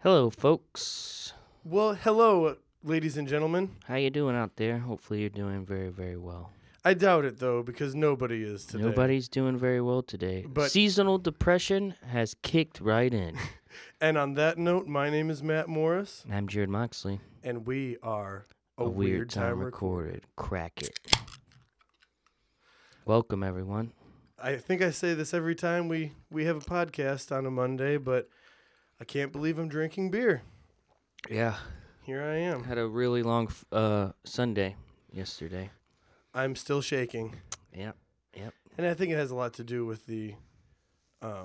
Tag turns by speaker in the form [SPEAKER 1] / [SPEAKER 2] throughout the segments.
[SPEAKER 1] Hello, folks.
[SPEAKER 2] Well, hello, ladies and gentlemen.
[SPEAKER 1] How you doing out there? Hopefully, you're doing very, very well.
[SPEAKER 2] I doubt it though, because nobody is today.
[SPEAKER 1] Nobody's doing very well today.
[SPEAKER 2] But-
[SPEAKER 1] Seasonal depression has kicked right in.
[SPEAKER 2] And on that note, my name is Matt Morris,
[SPEAKER 1] I'm Jared Moxley.
[SPEAKER 2] and we are
[SPEAKER 1] A, weird, time, recorded. Crack it. Welcome, everyone.
[SPEAKER 2] I think I say this every time we we have a podcast on a Monday, but I can't believe I'm drinking beer.
[SPEAKER 1] Yeah,
[SPEAKER 2] Here I am.
[SPEAKER 1] had a really long f- uh, Sunday yesterday.
[SPEAKER 2] I'm still shaking,
[SPEAKER 1] Yeah,
[SPEAKER 2] and I think it has a lot to do with the, uh,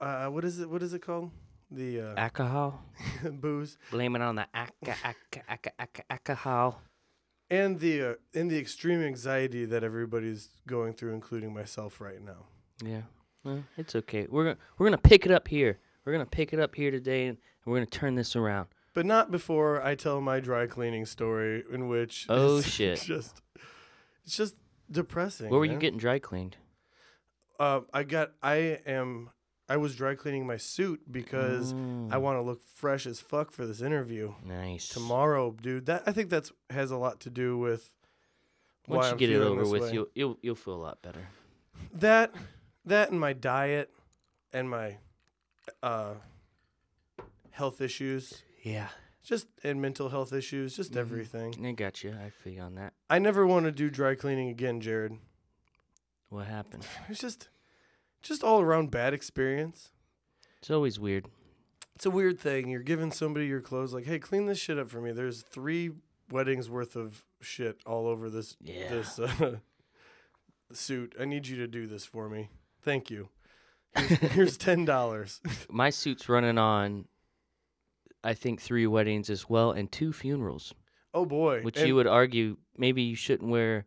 [SPEAKER 2] uh what is it? What is it called? The uh,
[SPEAKER 1] alcohol.
[SPEAKER 2] booze
[SPEAKER 1] Blame it on the aca, aca, aca, aca, alcohol.
[SPEAKER 2] and the uh, and the extreme anxiety that everybody's going through, including myself right now.
[SPEAKER 1] Yeah. Well, it's okay. We're gonna we're gonna pick it up here. We're gonna pick it up here today, and we're gonna turn this around.
[SPEAKER 2] But not before I tell my dry cleaning story, in which
[SPEAKER 1] Oh,
[SPEAKER 2] it's
[SPEAKER 1] shit.
[SPEAKER 2] just it's just depressing.
[SPEAKER 1] Where were you
[SPEAKER 2] man.
[SPEAKER 1] getting dry cleaned?
[SPEAKER 2] Uh, I got. I am. I was dry cleaning my suit because I want to look fresh as fuck for this interview
[SPEAKER 1] Mm. Nice.
[SPEAKER 2] tomorrow, dude. That I think that's has a lot to do with.
[SPEAKER 1] Once
[SPEAKER 2] why
[SPEAKER 1] you
[SPEAKER 2] I'm
[SPEAKER 1] get it
[SPEAKER 2] feeling
[SPEAKER 1] over
[SPEAKER 2] this
[SPEAKER 1] with,
[SPEAKER 2] way.
[SPEAKER 1] you'll, you'll you'll feel a lot better.
[SPEAKER 2] that that and my diet and my uh, health issues,
[SPEAKER 1] Yeah,
[SPEAKER 2] just and mental health issues,
[SPEAKER 1] Mm-hmm.
[SPEAKER 2] just everything.
[SPEAKER 1] I got you. I feel you on that.
[SPEAKER 2] I never want to do dry cleaning again, Jared.
[SPEAKER 1] What happened?
[SPEAKER 2] It's just just all around bad experience.
[SPEAKER 1] It's always weird.
[SPEAKER 2] It's a weird thing. You're giving somebody your clothes like, "Hey, clean this shit up for me." There's 3 weddings worth of shit all over this
[SPEAKER 1] Yeah.
[SPEAKER 2] this uh, suit. I need you to do this for me. Thank you. Here's, here's $10.
[SPEAKER 1] My suit's running on. I think three weddings as well, and two funerals,
[SPEAKER 2] oh boy.
[SPEAKER 1] which
[SPEAKER 2] And
[SPEAKER 1] you would argue maybe you shouldn't wear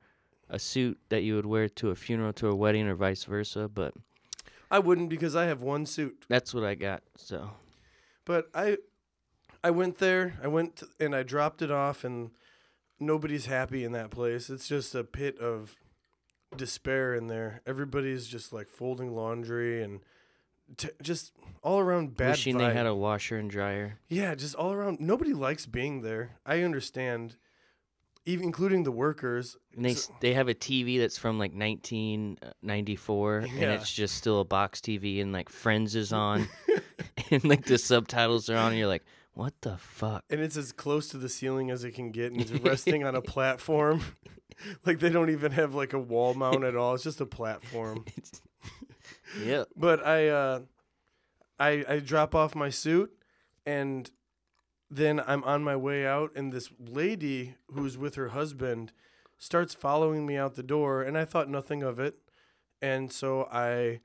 [SPEAKER 1] a suit that you would wear to a funeral to a wedding or vice versa. But
[SPEAKER 2] I wouldn't because I have one suit.
[SPEAKER 1] that's what I got. So
[SPEAKER 2] But I I went there. I went to, and I dropped it off and nobody's happy in that place. It's just a pit of despair in there. Everybody's just like folding laundry and t- just all around bad
[SPEAKER 1] wishing they had a
[SPEAKER 2] vibe.
[SPEAKER 1] washer and dryer.
[SPEAKER 2] yeah, just all around. Nobody likes being there. I understand, even including the workers.
[SPEAKER 1] And they
[SPEAKER 2] So-
[SPEAKER 1] s they have a TV that's from like 1994, and
[SPEAKER 2] Yeah.
[SPEAKER 1] it's just still a box TV, and like Friends is on, and like the subtitles are on, and you're like, what the fuck?
[SPEAKER 2] and it's as close to the ceiling as it can get, and it's resting on a platform. like they don't even have like a wall mount at all. It's just a platform.
[SPEAKER 1] Yeah,
[SPEAKER 2] But I, uh, I, I drop off my suit, and then I'm on my way out, and this lady who's with her husband starts following me out the door, and I thought nothing of it, and so I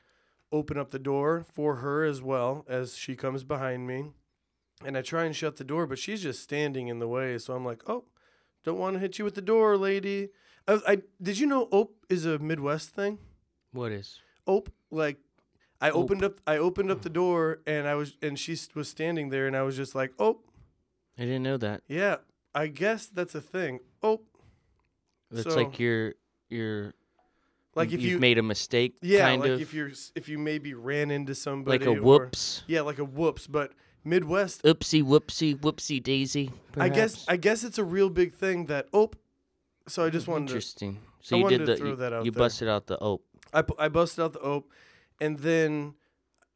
[SPEAKER 2] open up the door for her as well as she comes behind me, and I try and shut the door, but she's just standing in the way, so I'm like, oh, don't want to hit you with the door, lady. I, I did you know ope is a Midwest thing?
[SPEAKER 1] what is?
[SPEAKER 2] op like I opened up I opened up the door and I was and she s- was standing there and I was just like, "Oh,
[SPEAKER 1] I didn't know that.
[SPEAKER 2] yeah, I guess that's a thing." Oh,
[SPEAKER 1] That's
[SPEAKER 2] So-
[SPEAKER 1] like your your
[SPEAKER 2] like
[SPEAKER 1] you-
[SPEAKER 2] if
[SPEAKER 1] you've
[SPEAKER 2] you
[SPEAKER 1] made a mistake,
[SPEAKER 2] yeah,
[SPEAKER 1] kind
[SPEAKER 2] like
[SPEAKER 1] of
[SPEAKER 2] if you're s- if you maybe ran into somebody
[SPEAKER 1] like a
[SPEAKER 2] or-
[SPEAKER 1] whoops,
[SPEAKER 2] yeah, like a whoops, but Midwest
[SPEAKER 1] oopsie whoopsie whoopsie daisy.
[SPEAKER 2] I guess
[SPEAKER 1] perhaps.
[SPEAKER 2] I guess it's a real big thing that oh. So I just wanted to
[SPEAKER 1] interesting. So
[SPEAKER 2] I
[SPEAKER 1] you
[SPEAKER 2] wanted
[SPEAKER 1] did
[SPEAKER 2] to
[SPEAKER 1] the
[SPEAKER 2] throw
[SPEAKER 1] you,
[SPEAKER 2] that out
[SPEAKER 1] you
[SPEAKER 2] there.
[SPEAKER 1] busted out the oh, ope.
[SPEAKER 2] I, pu- I busted out the ope and then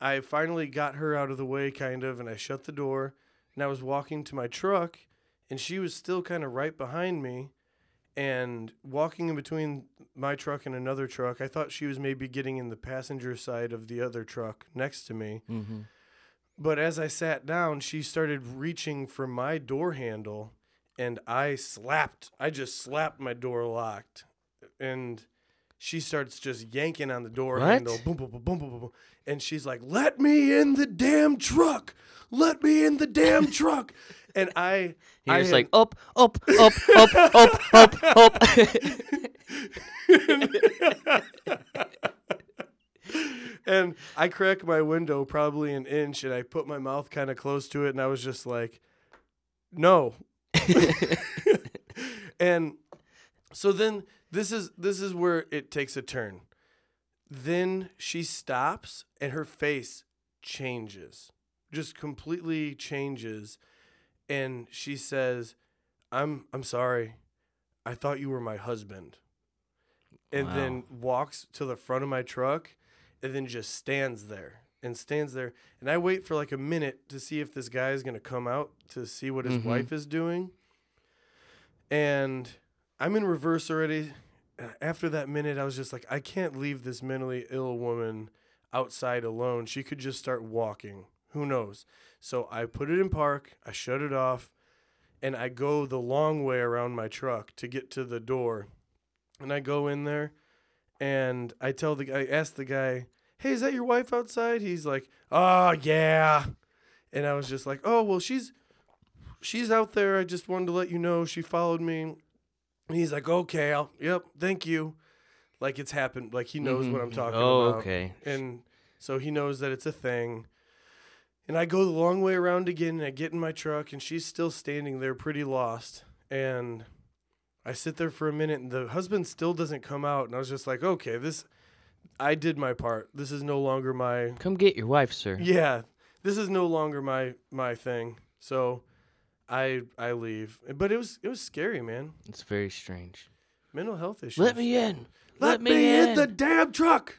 [SPEAKER 2] I finally got her out of the way kind of and I shut the door and I was walking to my truck and she was still kind of right behind me and walking in between my truck and another truck I thought she was maybe getting in the passenger side of the other truck next to me
[SPEAKER 1] Mm-hmm.
[SPEAKER 2] but as I sat down she started reaching for my door handle and I slapped I just slapped my door locked and she starts just yanking on the door
[SPEAKER 1] What?
[SPEAKER 2] handle boom boom boom boom boom boom boom. and she's like let me in the damn truck let me in the damn truck and I
[SPEAKER 1] You're
[SPEAKER 2] I
[SPEAKER 1] just
[SPEAKER 2] had-
[SPEAKER 1] like up, up, up, up, up, up, up.
[SPEAKER 2] and I cracked my window probably an inch and I put my mouth kind of close to it and I was just like no and so then this is this is where it takes a turn then she stops and her face changes just completely changes and she says, "I'm I'm sorry. I thought you were my husband." And
[SPEAKER 1] Wow.
[SPEAKER 2] then walks to the front of my truck and then just stands there and stands there and I wait for like a minute to see if this guy is going to come out to see what his
[SPEAKER 1] Mhm.
[SPEAKER 2] wife is doing. And I'm in reverse already. Uh, After that minute, I was just like, I can't leave this mentally ill woman outside alone. She could just start walking. Who knows? So I put it in park, I shut it off, and I go the long way around my truck to get to the door. And I go in there and I tell the guy, I ask the guy, hey, is that your wife outside? He's like, oh, yeah. And I was just like, oh, well, she's she's out there. I just wanted to let you know she followed me. And he's like, okay, I'll, yep, thank you. Like it's happened. Like he knows what I'm talking
[SPEAKER 1] oh,
[SPEAKER 2] about
[SPEAKER 1] okay.
[SPEAKER 2] and so he knows that it's a thing. And I go the long way around again, and I get in my truck, and she's still standing there, pretty lost. And I sit there for a minute, and the husband still doesn't come out. And I was just like, okay, this, I did my part. This is no longer my
[SPEAKER 1] Come get your wife, sir.
[SPEAKER 2] yeah, this is no longer my my thing. So I I leave. But it was it was scary, man.
[SPEAKER 1] It's very strange.
[SPEAKER 2] Mental health issues.
[SPEAKER 1] Let me in.
[SPEAKER 2] Let, me, in. the damn truck.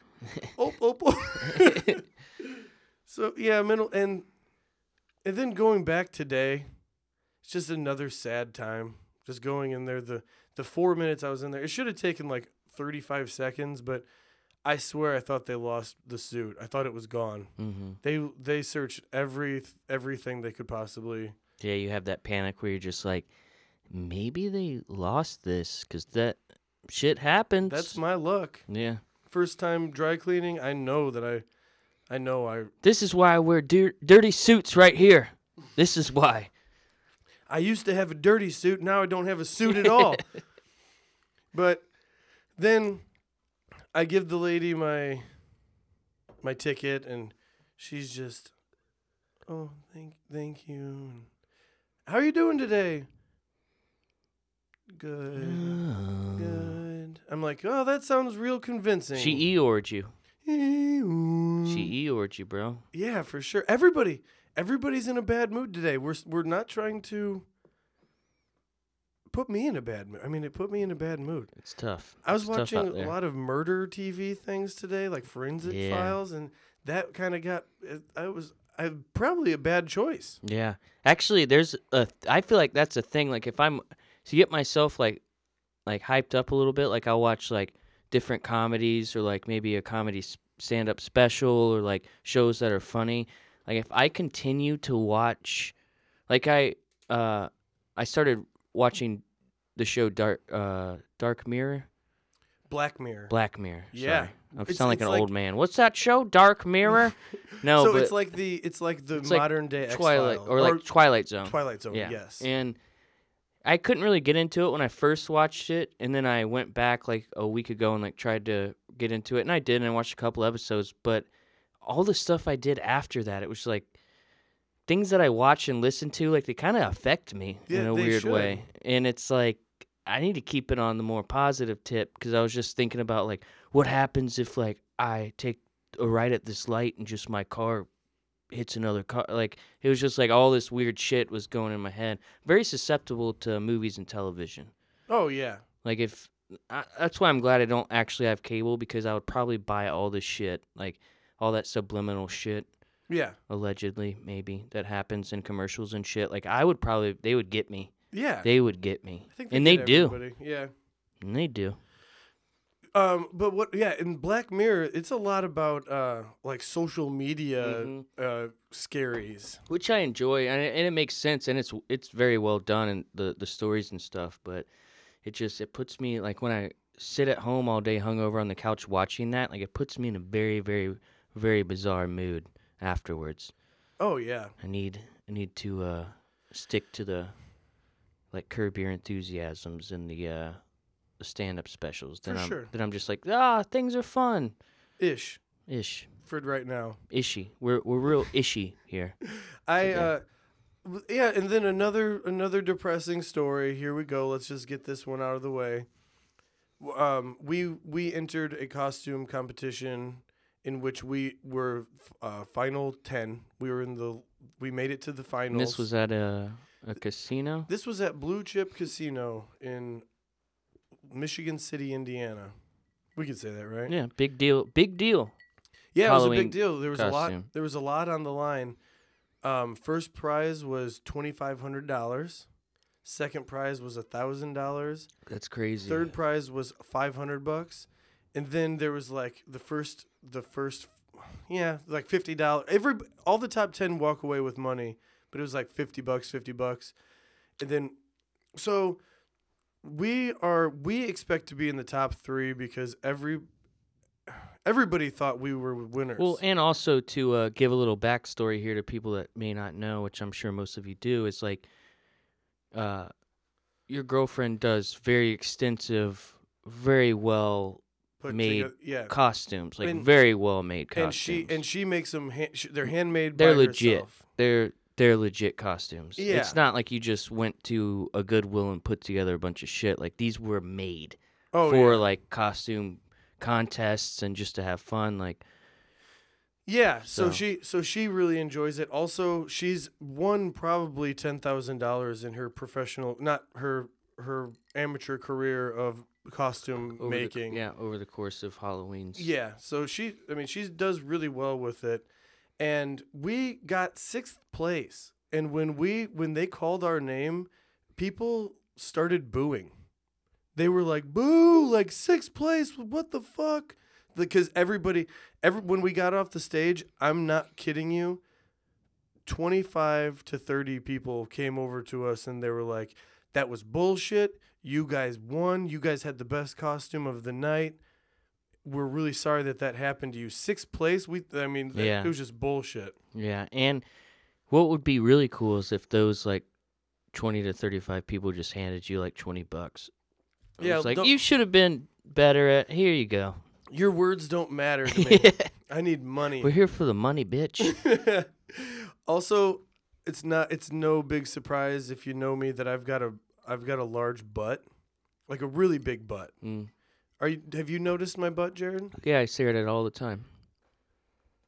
[SPEAKER 2] oh, oh, oh. so yeah, mental and and then going back today, it's just another sad time. Just going in there the the four minutes I was in there, it should have taken like thirty five seconds, but I swear I thought they lost the suit. I thought it was gone.
[SPEAKER 1] mm-hmm.
[SPEAKER 2] They they searched every everything they could possibly.
[SPEAKER 1] Yeah, you have that panic where you're just like, maybe they lost this because that shit happens.
[SPEAKER 2] That's my luck.
[SPEAKER 1] yeah.
[SPEAKER 2] First time dry cleaning, I know that I, I know I
[SPEAKER 1] This is why I wear dir- dirty suits right here. This is why.
[SPEAKER 2] I used to have a dirty suit. Now I don't have a suit at all. but then I give the lady my my ticket, and she's just, oh, thank, thank you. And, How are you doing today? Good, good. I'm like, oh, that sounds real convincing.
[SPEAKER 1] Oh. She eored you.
[SPEAKER 2] She
[SPEAKER 1] She eored you, bro.
[SPEAKER 2] yeah, for sure. Everybody, everybody's in a bad mood today. We're we're not trying to put me in a bad mood. I mean, it put me in a bad mood.
[SPEAKER 1] It's tough.
[SPEAKER 2] I was
[SPEAKER 1] It's tough
[SPEAKER 2] watching
[SPEAKER 1] out
[SPEAKER 2] a
[SPEAKER 1] there.
[SPEAKER 2] lot of murder TV things today, like Forensic
[SPEAKER 1] Yeah.
[SPEAKER 2] Files, and that kind of got. I was I probably a bad choice.
[SPEAKER 1] Yeah. Actually, there's a I feel like that's a thing like if I'm to get myself like like hyped up a little bit, like I'll watch like different comedies or like maybe a comedy s- stand-up special or like shows that are funny. Like if I continue to watch like I uh I started watching the show Dark uh Dark Mirror,
[SPEAKER 2] Black Mirror.
[SPEAKER 1] Black Mirror.
[SPEAKER 2] Yeah.
[SPEAKER 1] sorry. I
[SPEAKER 2] It's-
[SPEAKER 1] sound like
[SPEAKER 2] it's
[SPEAKER 1] an
[SPEAKER 2] like-
[SPEAKER 1] old man. What's that show? Dark Mirror? No,
[SPEAKER 2] so
[SPEAKER 1] but
[SPEAKER 2] it's like the it's like the
[SPEAKER 1] it's like
[SPEAKER 2] modern day
[SPEAKER 1] Twilight
[SPEAKER 2] X-Files.
[SPEAKER 1] or like Twilight Zone.
[SPEAKER 2] Twilight Zone.
[SPEAKER 1] Yeah.
[SPEAKER 2] Yes.
[SPEAKER 1] And I couldn't really get into it when I first watched it, and then I went back like a week ago and like tried to get into it, and I did, and I watched a couple episodes. But all the stuff I did after that, it was like things that I watch and listen to, like they kind of affect me
[SPEAKER 2] Yeah,
[SPEAKER 1] in a
[SPEAKER 2] they
[SPEAKER 1] weird way, and it's like. I need to keep it on the more positive tip because I was just thinking about like what happens if like I take a ride at this light and just my car hits another car. Like it was just like all this weird shit was going in my head. Very susceptible to movies and television.
[SPEAKER 2] oh yeah.
[SPEAKER 1] Like if I, that's why I'm glad I don't actually have cable because I would probably buy all this shit, like all that subliminal shit
[SPEAKER 2] Yeah.
[SPEAKER 1] allegedly maybe that happens in commercials and shit. Like I would probably they would get me.
[SPEAKER 2] Yeah.
[SPEAKER 1] They would get me.
[SPEAKER 2] I think
[SPEAKER 1] and they
[SPEAKER 2] get
[SPEAKER 1] do.
[SPEAKER 2] everybody. Yeah.
[SPEAKER 1] And they do.
[SPEAKER 2] Um, but what? Yeah, in Black Mirror, it's a lot about uh, like social media
[SPEAKER 1] Mhm.
[SPEAKER 2] uh, scaries.
[SPEAKER 1] which I enjoy, and it, and it makes sense, and it's it's very well done, and the the stories and stuff. But it just it puts me like when I sit at home all day hungover on the couch watching that, like it puts me in a very very very bizarre mood afterwards.
[SPEAKER 2] Oh yeah,
[SPEAKER 1] I need I need to uh, stick to the like curb your enthusiasms and the uh, the stand up specials. Then
[SPEAKER 2] For
[SPEAKER 1] I'm
[SPEAKER 2] sure.
[SPEAKER 1] then I'm just like ah things are fun
[SPEAKER 2] ish
[SPEAKER 1] ish
[SPEAKER 2] for right now.
[SPEAKER 1] ishy. We're we're real ishy here.
[SPEAKER 2] I uh, w- yeah, and then another another depressing story. Here we go. Let's just get this one out of the way. W- Um, we we entered a costume competition in which we were f- uh, final ten. We were in the we made it to the
[SPEAKER 1] And
[SPEAKER 2] finals.
[SPEAKER 1] this was at a a casino.
[SPEAKER 2] This was at Blue Chip Casino in Michigan City, Indiana. We could say that, right?
[SPEAKER 1] Yeah, big deal. Big deal.
[SPEAKER 2] Yeah, it was a
[SPEAKER 1] Halloween
[SPEAKER 2] big deal. There was a lot.
[SPEAKER 1] costume.
[SPEAKER 2] There was a lot on the line. Um, first prize was twenty five hundred dollars. Second prize was thousand dollars.
[SPEAKER 1] That's crazy.
[SPEAKER 2] Third prize was five hundred bucks, and then there was like the first, the first, yeah, like fifty dollars. Every all the top ten walk away with money, but it was like fifty bucks, fifty bucks, and then so we are we expect to be in the top three because every everybody thought we were winners.
[SPEAKER 1] Well, and also to uh, give a little backstory here to people that may not know, which I'm sure most of you do, is like, uh, your girlfriend does very extensive, very well
[SPEAKER 2] Put
[SPEAKER 1] made
[SPEAKER 2] together- yeah,
[SPEAKER 1] costumes, like
[SPEAKER 2] And-
[SPEAKER 1] very well made costumes.
[SPEAKER 2] and she and she makes them. Han- sh- they're handmade.
[SPEAKER 1] they're
[SPEAKER 2] by
[SPEAKER 1] legit.
[SPEAKER 2] herself.
[SPEAKER 1] They're they're legit costumes.
[SPEAKER 2] Yeah.
[SPEAKER 1] It's not like you just went to a Goodwill and put together a bunch of shit. Like these were made
[SPEAKER 2] Oh,
[SPEAKER 1] for
[SPEAKER 2] yeah.
[SPEAKER 1] like costume contests and just to have fun. Like
[SPEAKER 2] Yeah, so,
[SPEAKER 1] So-
[SPEAKER 2] she so she really enjoys it. Also, she's won probably ten thousand dollars in her professional, not her her amateur career of costume
[SPEAKER 1] over the-
[SPEAKER 2] making.
[SPEAKER 1] yeah, over the course of Halloween's.
[SPEAKER 2] yeah. So she, I mean, she does really well with it, and we got sixth place. And when we when they called our name, people started booing. They were like, "Boo! Like sixth place? What the fuck?" Because everybody, every when we got off the stage, I'm not kidding you. 25 to 30 people came over to us and they were like, that was bullshit. You guys won. You guys had the best costume of the night. We're really sorry that that happened to you. Sixth place, we, I mean, th-
[SPEAKER 1] Yeah.
[SPEAKER 2] it was just bullshit.
[SPEAKER 1] Yeah, and what would be really cool is if those like twenty to thirty-five people just handed you like twenty bucks. It
[SPEAKER 2] Yeah,
[SPEAKER 1] was like
[SPEAKER 2] don't-
[SPEAKER 1] you should have been better at. Here you go.
[SPEAKER 2] Your words don't matter to me. I need money.
[SPEAKER 1] We're here for the money, bitch.
[SPEAKER 2] also, it's not it's no big surprise if you know me that I've got a I've got a large butt. Like a really big butt.
[SPEAKER 1] Mm.
[SPEAKER 2] Are you have you noticed my butt, Jared?
[SPEAKER 1] yeah, I stare at it all the time.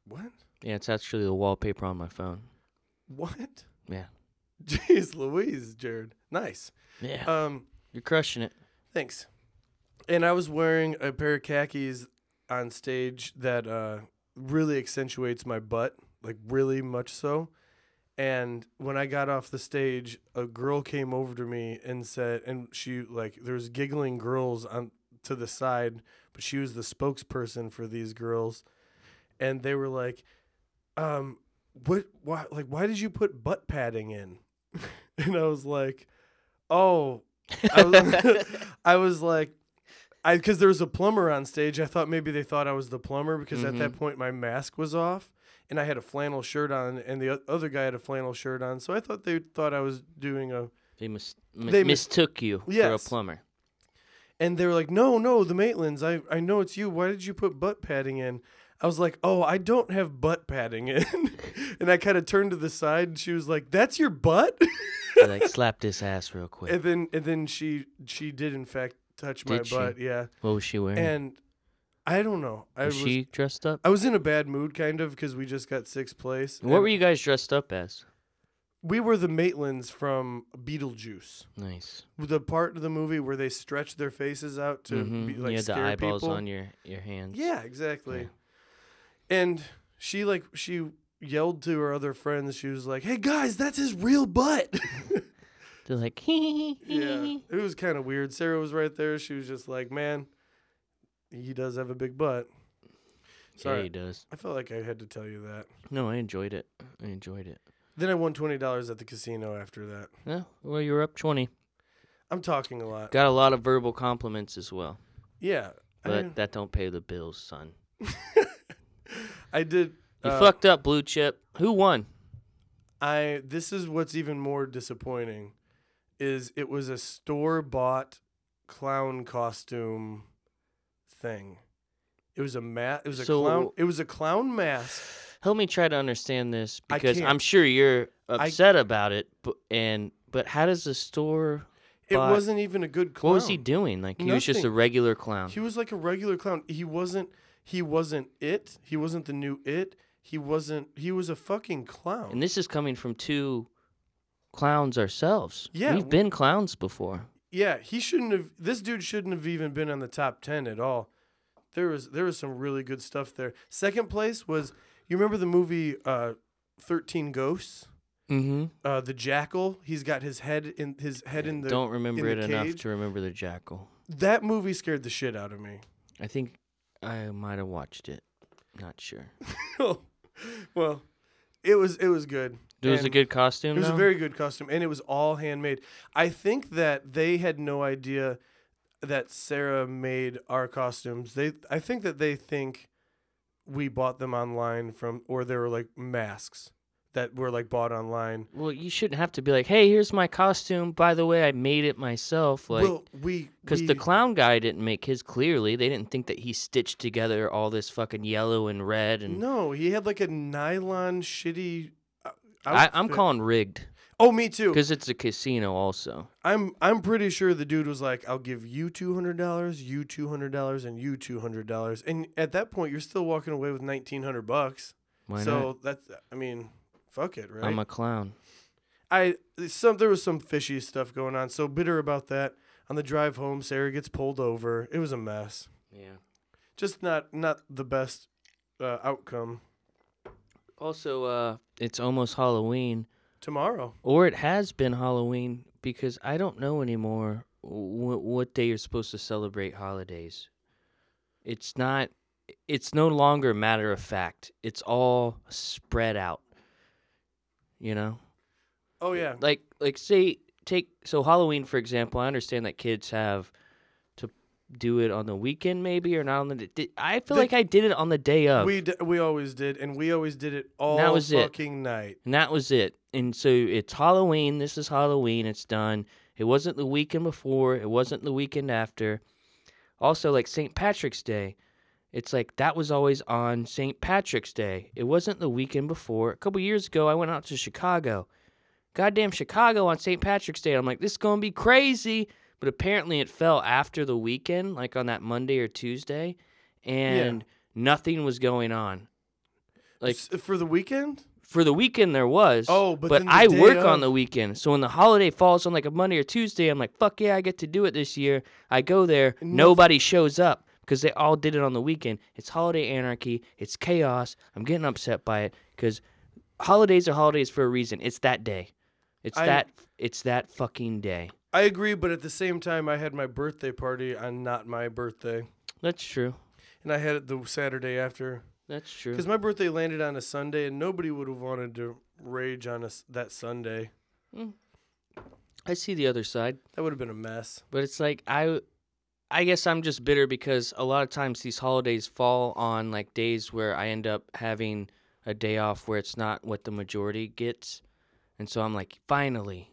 [SPEAKER 2] What?
[SPEAKER 1] Yeah, it's actually the wallpaper on my phone.
[SPEAKER 2] What?
[SPEAKER 1] Yeah,
[SPEAKER 2] Jeez Louise, Jared. Nice.
[SPEAKER 1] yeah,
[SPEAKER 2] Um
[SPEAKER 1] Uh, you're crushing it.
[SPEAKER 2] Thanks. And I was wearing a pair of khakis on stage that uh, really accentuates my butt, like really much so. And when I got off the stage, a girl came over to me and said, and she like there was giggling girls on to the side, but she was the spokesperson for these girls, and they were like, um, what, why, like, why did you put butt padding in? and I was like, oh, I was, I was like, I because there was a plumber on stage. I thought maybe they thought I was the plumber because at
[SPEAKER 1] Mm-hmm.
[SPEAKER 2] that point my mask was off and I had a flannel shirt on, and the o- other guy had a flannel shirt on. So I thought they thought I was doing a.
[SPEAKER 1] They, mis- mi-
[SPEAKER 2] They mis-
[SPEAKER 1] mistook you for a
[SPEAKER 2] Yes.
[SPEAKER 1] plumber.
[SPEAKER 2] And they were like, "No, no, the Maitlands. I I know it's you. Why did you put butt padding in?" I was like, "Oh, I don't have butt padding in," and I kind of turned to the side, and she was like, "That's your butt."
[SPEAKER 1] They, like slapped his ass real quick.
[SPEAKER 2] and then and then she she did in fact touch my
[SPEAKER 1] Did she?
[SPEAKER 2] butt. Yeah.
[SPEAKER 1] what was she wearing?
[SPEAKER 2] And I don't know. I
[SPEAKER 1] was,
[SPEAKER 2] was
[SPEAKER 1] she dressed up?
[SPEAKER 2] I was in a bad mood kind of because we just got sixth place.
[SPEAKER 1] What
[SPEAKER 2] and
[SPEAKER 1] were you guys dressed up as?
[SPEAKER 2] We were the Maitlands from Beetlejuice.
[SPEAKER 1] Nice.
[SPEAKER 2] The part of the movie where they stretch their faces out to
[SPEAKER 1] Mhm,
[SPEAKER 2] be, like
[SPEAKER 1] you had the
[SPEAKER 2] scare
[SPEAKER 1] eyeballs
[SPEAKER 2] people.
[SPEAKER 1] on your your hands.
[SPEAKER 2] Yeah, exactly. And she like she yelled to her other friends. She was like, "Hey guys, that's his real butt."
[SPEAKER 1] They're like, hee hee hee
[SPEAKER 2] yeah,
[SPEAKER 1] hee.
[SPEAKER 2] it was kind of weird. Sarah was right there. She was just like, "Man, he does have a big butt."
[SPEAKER 1] Yeah,
[SPEAKER 2] Sorry.
[SPEAKER 1] he does.
[SPEAKER 2] I felt like I had to tell you that.
[SPEAKER 1] No, I enjoyed it. I enjoyed it.
[SPEAKER 2] Then I won twenty dollars at the casino after that.
[SPEAKER 1] Yeah, well, you were up 20.
[SPEAKER 2] I'm talking a lot.
[SPEAKER 1] Got a lot of verbal compliments as well,
[SPEAKER 2] Yeah.
[SPEAKER 1] but that don't pay the bills, son.
[SPEAKER 2] I, I did.
[SPEAKER 1] You
[SPEAKER 2] uh,
[SPEAKER 1] fucked up, blue chip. Who won?
[SPEAKER 2] I this is what's even more disappointing is it was a store bought clown costume thing. It was a ma- it was a clown
[SPEAKER 1] So-
[SPEAKER 2] it was a clown mask.
[SPEAKER 1] Help me try to understand this
[SPEAKER 2] I
[SPEAKER 1] because
[SPEAKER 2] can't.
[SPEAKER 1] I'm sure you're upset about it. But, and but how does the store?
[SPEAKER 2] It
[SPEAKER 1] But-
[SPEAKER 2] wasn't even a good clown.
[SPEAKER 1] What was he doing? Like he was just a
[SPEAKER 2] Nothing.
[SPEAKER 1] regular clown.
[SPEAKER 2] He was like a regular clown. He wasn't he wasn't it. He wasn't the new it. He wasn't. He was a fucking clown.
[SPEAKER 1] And this is coming from two clowns ourselves.
[SPEAKER 2] Yeah,
[SPEAKER 1] We've
[SPEAKER 2] w-
[SPEAKER 1] been clowns before.
[SPEAKER 2] yeah, he shouldn't have. This dude shouldn't have even been on the top ten at all. There was there was some really good stuff there. Second place was you remember the movie uh, Thirteen Ghosts,
[SPEAKER 1] Mm-hmm.
[SPEAKER 2] uh, the Jackal. He's got his head in his head in the.
[SPEAKER 1] Don't remember
[SPEAKER 2] in
[SPEAKER 1] it
[SPEAKER 2] the
[SPEAKER 1] enough
[SPEAKER 2] cage?
[SPEAKER 1] to remember the jackal.
[SPEAKER 2] That movie scared the shit out of me.
[SPEAKER 1] I think I might have watched it. Not sure.
[SPEAKER 2] well, it was it was good.
[SPEAKER 1] It was a
[SPEAKER 2] And-
[SPEAKER 1] good costume.
[SPEAKER 2] It was a
[SPEAKER 1] though?
[SPEAKER 2] very good costume, and it was all handmade. I think that they had no idea that Sarah made our costumes. They, I think that they think we bought them online from, or they were like masks that were like bought online.
[SPEAKER 1] Well, you shouldn't have to be like, "Hey, here's my costume. By the way, I made it myself." Like,
[SPEAKER 2] well, we
[SPEAKER 1] because
[SPEAKER 2] we-
[SPEAKER 1] the clown guy didn't make his. Clearly, they didn't think that he stitched together all this fucking yellow and red. And
[SPEAKER 2] no, he had like a nylon shitty. uh,
[SPEAKER 1] I, I'm
[SPEAKER 2] outfit.
[SPEAKER 1] calling rigged
[SPEAKER 2] Oh, me too.
[SPEAKER 1] because it's a casino. Also,
[SPEAKER 2] I'm I'm pretty sure the dude was like, "I'll give you two hundred dollars, you two hundred dollars, and you two hundred dollars." And at that point, you're still walking away with nineteen hundred bucks.
[SPEAKER 1] why not?
[SPEAKER 2] so that's I mean, fuck it, right?
[SPEAKER 1] I'm a clown.
[SPEAKER 2] I some there was some fishy stuff going on. So bitter about that. On the drive home, Sarah gets pulled over. It was a mess.
[SPEAKER 1] Yeah.
[SPEAKER 2] Just not not the best uh, outcome.
[SPEAKER 1] Also, uh, it's almost Halloween,
[SPEAKER 2] Tomorrow,
[SPEAKER 1] or it has been Halloween because I don't know anymore w- what day you're supposed to celebrate holidays. It's not. It's no longer matter of fact. It's all spread out. You know,
[SPEAKER 2] oh yeah,
[SPEAKER 1] like like say take so Halloween for example. I understand that kids have to do it on the weekend maybe or not on the. Di- I feel
[SPEAKER 2] The-
[SPEAKER 1] like I did it on the day of.
[SPEAKER 2] we d- we always did, and we always did it all
[SPEAKER 1] That was it.
[SPEAKER 2] fucking night.
[SPEAKER 1] And that was it. And so it's Halloween. This is Halloween. It's done. It wasn't the weekend before. It wasn't the weekend after. Also, like St. Patrick's Day, it's like that was always on St. Patrick's Day. It wasn't the weekend before. A couple years ago, I went out to Chicago. Goddamn Chicago on St. Patrick's Day. I'm like, this is going to be crazy. But apparently, it fell after the weekend, like on that Monday or Tuesday. And nothing was going on. Like,
[SPEAKER 2] S- for the weekend.
[SPEAKER 1] for the weekend there was.
[SPEAKER 2] Oh, but then the
[SPEAKER 1] I
[SPEAKER 2] day
[SPEAKER 1] work
[SPEAKER 2] of-
[SPEAKER 1] on the weekend. So when the holiday falls on like a Monday or Tuesday, I'm like, fuck yeah, I get to do it this year. I go there, nobody shows up because they all did it on the weekend. It's holiday anarchy. It's chaos. I'm getting upset by it because holidays are holidays for a reason. It's that day. It's
[SPEAKER 2] I-
[SPEAKER 1] that. It's that fucking day.
[SPEAKER 2] I agree, but at the same time, I had my birthday party on not my birthday,
[SPEAKER 1] That's true.
[SPEAKER 2] and I had it the Saturday after
[SPEAKER 1] That's true.
[SPEAKER 2] because my birthday landed on a Sunday, and nobody would have wanted to rage on us that Sunday.
[SPEAKER 1] I see the other side.
[SPEAKER 2] That would have been a mess.
[SPEAKER 1] But it's like I I guess I'm just bitter because a lot of times these holidays fall on like days where I end up having a day off where it's not what the majority gets. And so I'm like, finally.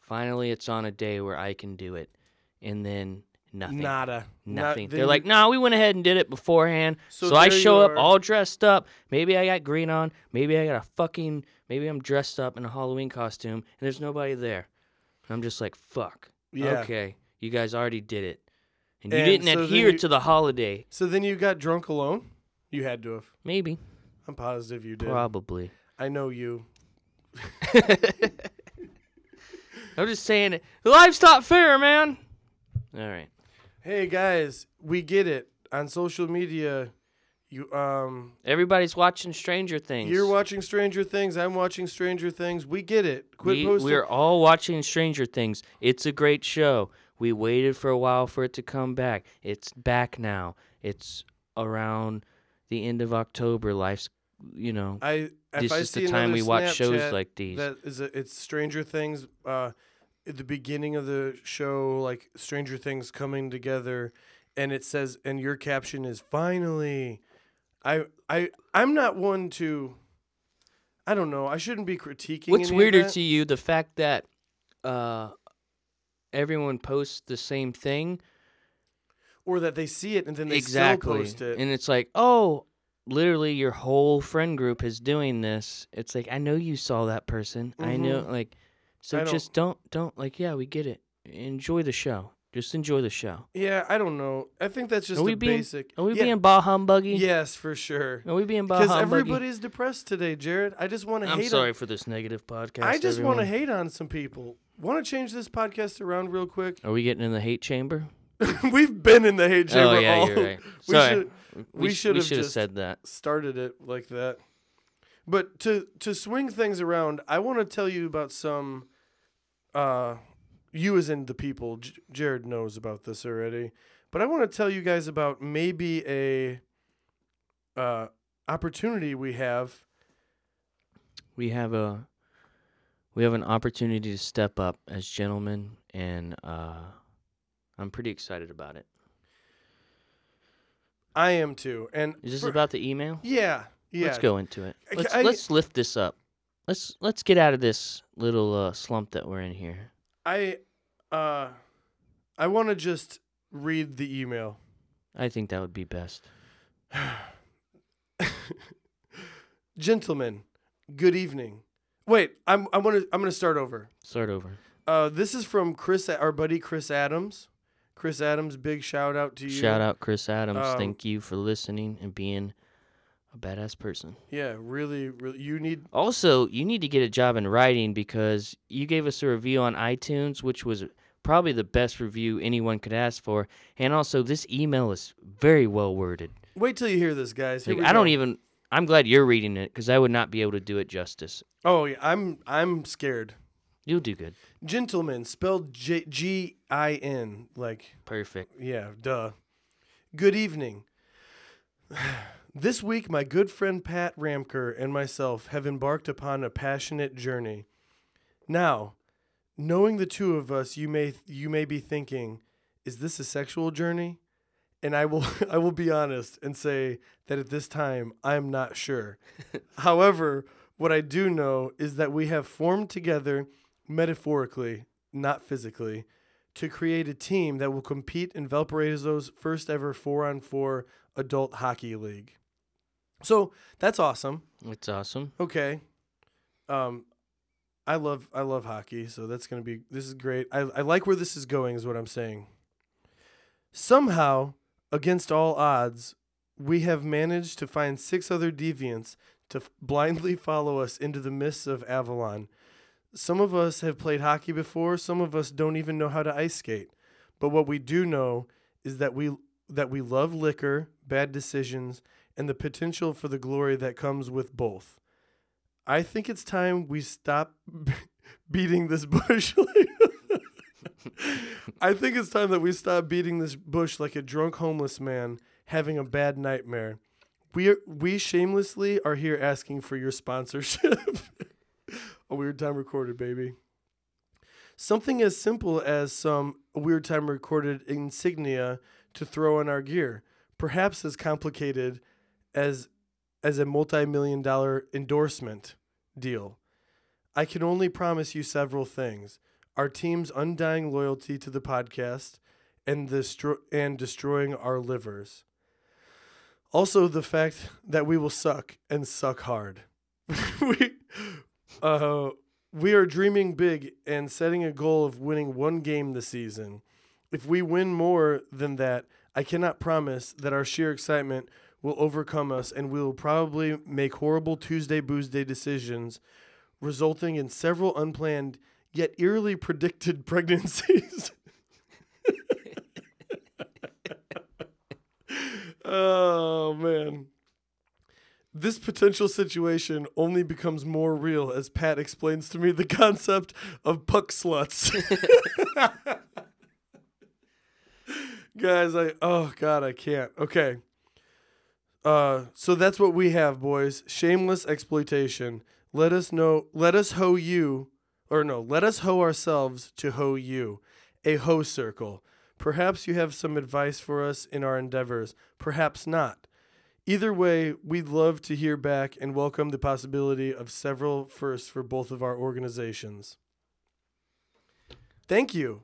[SPEAKER 1] Finally it's on a day where I can do it. And then nothing.
[SPEAKER 2] Nada. Not-
[SPEAKER 1] Nothing.
[SPEAKER 2] then
[SPEAKER 1] They're
[SPEAKER 2] you-
[SPEAKER 1] like, nah, we went ahead and did it beforehand.
[SPEAKER 2] So
[SPEAKER 1] So, I
[SPEAKER 2] there you
[SPEAKER 1] show up
[SPEAKER 2] are.
[SPEAKER 1] all dressed up. Maybe I got green on. Maybe I got a fucking. Maybe I'm dressed up in a Halloween costume and there's nobody there. And I'm just like, fuck.
[SPEAKER 2] Yeah.
[SPEAKER 1] Okay. You guys already did it. And you
[SPEAKER 2] And
[SPEAKER 1] didn't
[SPEAKER 2] so then
[SPEAKER 1] adhere
[SPEAKER 2] you-
[SPEAKER 1] to the holiday.
[SPEAKER 2] So then you got drunk alone. You had to have.
[SPEAKER 1] Maybe.
[SPEAKER 2] I'm positive you did.
[SPEAKER 1] Probably.
[SPEAKER 2] I know you.
[SPEAKER 1] I'm just saying it. Life's not fair, man. All right.
[SPEAKER 2] Hey guys, we get it on social media. You um,
[SPEAKER 1] Everybody's watching Stranger Things.
[SPEAKER 2] you're watching Stranger Things. I'm watching Stranger Things. We get it. Quit
[SPEAKER 1] we,
[SPEAKER 2] posting.
[SPEAKER 1] we're all watching Stranger Things. It's a great show. We waited for a while for it to come back. It's back now. It's around the end of October. Life's, you know,
[SPEAKER 2] I if
[SPEAKER 1] this
[SPEAKER 2] I
[SPEAKER 1] is
[SPEAKER 2] see
[SPEAKER 1] the time
[SPEAKER 2] another
[SPEAKER 1] we watch
[SPEAKER 2] Snapchat
[SPEAKER 1] shows like these.
[SPEAKER 2] That is a, it's Stranger Things. Uh, at the beginning of the show, like Stranger Things coming together, and it says, and your caption is finally. I I I'm not one to. I don't know. I shouldn't be critiquing.
[SPEAKER 1] What's
[SPEAKER 2] any of
[SPEAKER 1] weirder
[SPEAKER 2] that.
[SPEAKER 1] to you, the fact that uh, everyone posts the same thing?
[SPEAKER 2] or that they see it and then they
[SPEAKER 1] exactly.
[SPEAKER 2] still post it.
[SPEAKER 1] And it's like, oh, literally your whole friend group is doing this. It's like, I know you saw that person. I know, like, so
[SPEAKER 2] Mm-hmm. I don't-
[SPEAKER 1] just don't, don't, like, yeah, we get it. Enjoy the show. Just enjoy the show.
[SPEAKER 2] Yeah, I don't know. I think that's just
[SPEAKER 1] Are we
[SPEAKER 2] a
[SPEAKER 1] being-
[SPEAKER 2] basic.
[SPEAKER 1] Are we
[SPEAKER 2] yeah,
[SPEAKER 1] being bah humbuggy?
[SPEAKER 2] Yes, for sure.
[SPEAKER 1] Are we being bah
[SPEAKER 2] Because
[SPEAKER 1] humbuggy?
[SPEAKER 2] everybody's depressed today, Jared. I just want to
[SPEAKER 1] I'm
[SPEAKER 2] hate.
[SPEAKER 1] sorry
[SPEAKER 2] On,
[SPEAKER 1] for this negative podcast.
[SPEAKER 2] I just
[SPEAKER 1] everyone.
[SPEAKER 2] want to hate on some people. Want to change this podcast around real quick?
[SPEAKER 1] Are we getting in the hate chamber?
[SPEAKER 2] We've been in the hate chamber.
[SPEAKER 1] oh yeah,
[SPEAKER 2] all.
[SPEAKER 1] you're right.
[SPEAKER 2] We
[SPEAKER 1] Sorry,
[SPEAKER 2] should- we
[SPEAKER 1] sh-
[SPEAKER 2] should
[SPEAKER 1] we
[SPEAKER 2] have
[SPEAKER 1] should have
[SPEAKER 2] just-
[SPEAKER 1] said that.
[SPEAKER 2] started it like that. But to to swing things around, I want to tell you about some. Uh, you as in the people. J- Jared knows about this already, but I want to tell you guys about maybe a uh, opportunity we have.
[SPEAKER 1] We have a we have an opportunity to step up as gentlemen, and uh, I'm pretty excited about it.
[SPEAKER 2] I am too, and
[SPEAKER 1] Is this
[SPEAKER 2] for-
[SPEAKER 1] about the email?
[SPEAKER 2] yeah, yeah.
[SPEAKER 1] Let's go into it.
[SPEAKER 2] I-
[SPEAKER 1] Let's
[SPEAKER 2] I-
[SPEAKER 1] let's lift this up. Let's let's get out of this little uh, slump that we're in here.
[SPEAKER 2] I uh, I want to just read the email.
[SPEAKER 1] I think that would be best.
[SPEAKER 2] Gentlemen, good evening. Wait, I'm I'm gonna I'm gonna start over.
[SPEAKER 1] Start over.
[SPEAKER 2] Uh, this is from Chris, our buddy Chris Adams. Chris Adams, big shout out to you.
[SPEAKER 1] Shout out Chris Adams.
[SPEAKER 2] Um,
[SPEAKER 1] Thank you for listening and being a badass person.
[SPEAKER 2] Yeah, really, really. You need.
[SPEAKER 1] Also, you need to get a job in writing because you gave us a review on iTunes, which was probably the best review anyone could ask for. And also, this email is very well worded.
[SPEAKER 2] Wait till you hear this, guys. Here
[SPEAKER 1] Like,
[SPEAKER 2] we
[SPEAKER 1] I don't
[SPEAKER 2] go.
[SPEAKER 1] even. I'm glad you're reading it because I would not be able to do it justice.
[SPEAKER 2] Oh, yeah, I'm I'm scared.
[SPEAKER 1] You'll do good.
[SPEAKER 2] Gentlemen, spelled J G I N, like
[SPEAKER 1] Perfect.
[SPEAKER 2] Yeah, duh. Good evening. this week, my good friend Pat Ramker and myself have embarked upon a passionate journey. Now, knowing the two of us, you may you may be thinking, is this a sexual journey? And I will I will be honest and say that at this time I am not sure. However, what I do know is that we have formed together metaphorically, not physically, to create a team that will compete in Valparaiso's first ever four on four adult hockey league. So that's awesome.
[SPEAKER 1] That's awesome.
[SPEAKER 2] Okay. Um, I love I love hockey, so that's gonna be this is great. I, I like where this is going, is what I'm saying. Somehow, against all odds, we have managed to find six other deviants to f- blindly follow us into the mists of Avalon. Some of us have played hockey before, some of us don't even know how to ice skate. But what we do know is that we that we love liquor, bad decisions, and the potential for the glory that comes with both. I think it's time we stop b- beating this bush. like- I think it's time that we stop beating this bush like a drunk homeless man having a bad nightmare. We are, we shamelessly are here asking for your sponsorship. a weird time recorded, baby. Something as simple as some weird time recorded insignia to throw on our gear, perhaps as complicated as as a multi-million dollar endorsement deal. I can only promise you several things: our team's undying loyalty to the podcast, and the stro- and destroying our livers. Also, the fact that we will suck and suck hard. we, uh, we are dreaming big and setting a goal of winning one game this season. If we win more than that, I cannot promise that our sheer excitement will overcome us and we will probably make horrible Tuesday booze day decisions, resulting in several unplanned yet eerily predicted pregnancies. oh, man. This potential situation only becomes more real as Pat explains to me the concept of puck sluts. Guys, I oh god, I can't. Okay. Uh so that's what we have, boys. Shameless exploitation. Let us know let us hoe you or no, let us hoe ourselves to hoe you. A hoe circle. Perhaps you have some advice for us in our endeavors. Perhaps not. Either way, we'd love to hear back and welcome the possibility of several firsts for both of our organizations. Thank you.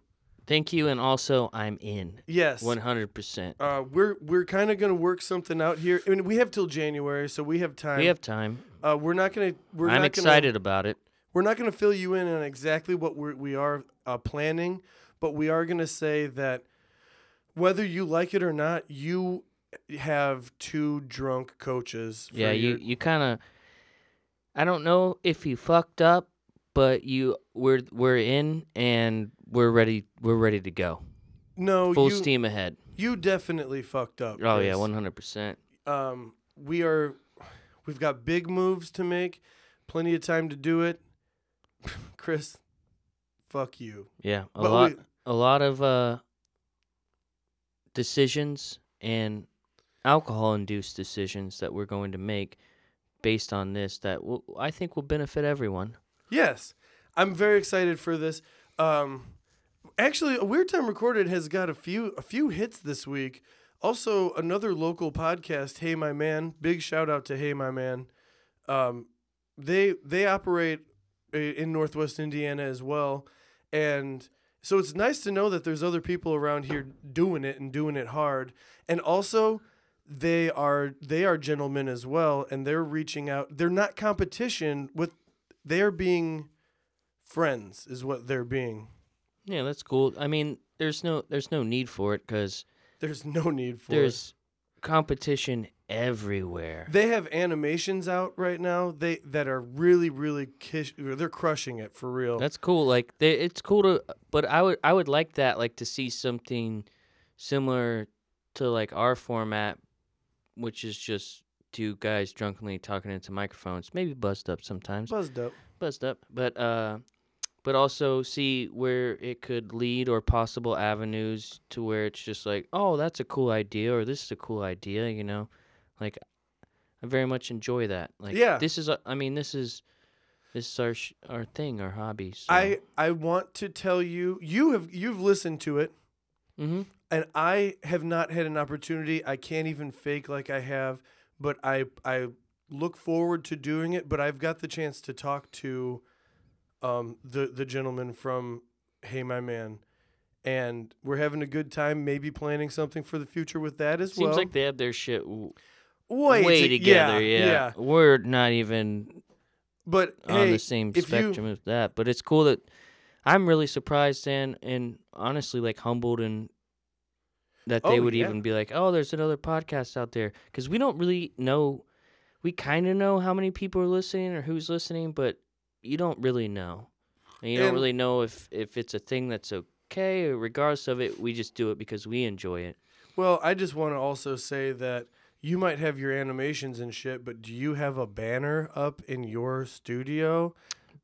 [SPEAKER 1] Thank you. And also, I'm in
[SPEAKER 2] Yes.
[SPEAKER 1] 100%.
[SPEAKER 2] Uh, we're we're kind of gonna work something out here. I mean, we have till January, so we have time.
[SPEAKER 1] We have time.
[SPEAKER 2] Uh, we're not gonna. We're
[SPEAKER 1] I'm
[SPEAKER 2] not
[SPEAKER 1] excited about it.
[SPEAKER 2] Gonna, we're not gonna fill you in on exactly what we're, we are uh, planning, but we are going to say that whether you like it or not, you have two drunk coaches. for
[SPEAKER 1] Yeah, you
[SPEAKER 2] your-
[SPEAKER 1] you kind of. I don't know if he fucked up, but you we're we're in and we're ready. We're ready to go.
[SPEAKER 2] no,
[SPEAKER 1] Full
[SPEAKER 2] you,
[SPEAKER 1] steam ahead.
[SPEAKER 2] you definitely fucked up.
[SPEAKER 1] Oh yeah,
[SPEAKER 2] Chris.
[SPEAKER 1] one hundred percent.
[SPEAKER 2] um, we are we've got big moves to make plenty of time to do it chris fuck you
[SPEAKER 1] Yeah, a
[SPEAKER 2] But
[SPEAKER 1] lot
[SPEAKER 2] we-
[SPEAKER 1] a lot of uh decisions and alcohol induced decisions that we're going to make based on this that w- I think will benefit everyone.
[SPEAKER 2] yes i'm very excited for this um, actually a weird time recorded has got a few a few hits this week also another local podcast hey my man big shout out to hey my man um, they they operate i- in northwest indiana as well and so it's nice to know that there's other people around here doing it and doing it hard and also they are they are gentlemen as well and they're reaching out they're not competition with they're being friends is what they're being
[SPEAKER 1] Yeah, that's cool. I mean, there's no there's no need for it cuz
[SPEAKER 2] there's no need for it.
[SPEAKER 1] there's competition everywhere.
[SPEAKER 2] they have animations out right now they that are really really kish- they're crushing it for real
[SPEAKER 1] That's cool. Like they, it's cool to, but I would I would like that like to see something similar to like our format, which is just two guys drunkenly talking into microphones, maybe buzzed up sometimes,
[SPEAKER 2] buzzed up
[SPEAKER 1] buzzed up, but uh, but also see where it could lead or possible avenues to where it's just like, oh, that's a cool idea or this is a cool idea, you know, like I very much enjoy that. Like
[SPEAKER 2] Yeah.
[SPEAKER 1] this is a- I mean this is. This is our sh- our thing, our hobby. So.
[SPEAKER 2] I I want to tell you you have you've listened to it
[SPEAKER 1] Mm-hmm.
[SPEAKER 2] and I have not had an opportunity. I can't even fake like I have, but I I look forward to doing it, but I've got the chance to talk to um the the gentleman from Hey My Man and we're having a good time maybe planning something for the future with that as
[SPEAKER 1] Seems
[SPEAKER 2] well.
[SPEAKER 1] like they have their shit w-
[SPEAKER 2] way,
[SPEAKER 1] way,
[SPEAKER 2] to-
[SPEAKER 1] together. Yeah, we're not even
[SPEAKER 2] But
[SPEAKER 1] on
[SPEAKER 2] hey,
[SPEAKER 1] the same
[SPEAKER 2] if you-
[SPEAKER 1] spectrum as that. But it's cool that I'm really surprised and and honestly like humbled and that they
[SPEAKER 2] Oh,
[SPEAKER 1] would
[SPEAKER 2] yeah.
[SPEAKER 1] even be like, oh, there's another podcast out there because we don't really know. We kind of know how many people are listening or who's listening, but you don't really know. And you don't
[SPEAKER 2] And-
[SPEAKER 1] really know if if it's a thing that's okay. Or regardless of it, we just do it because we enjoy it.
[SPEAKER 2] Well, I just want to also say that you might have your animations and shit, but do you have a banner up in your studio?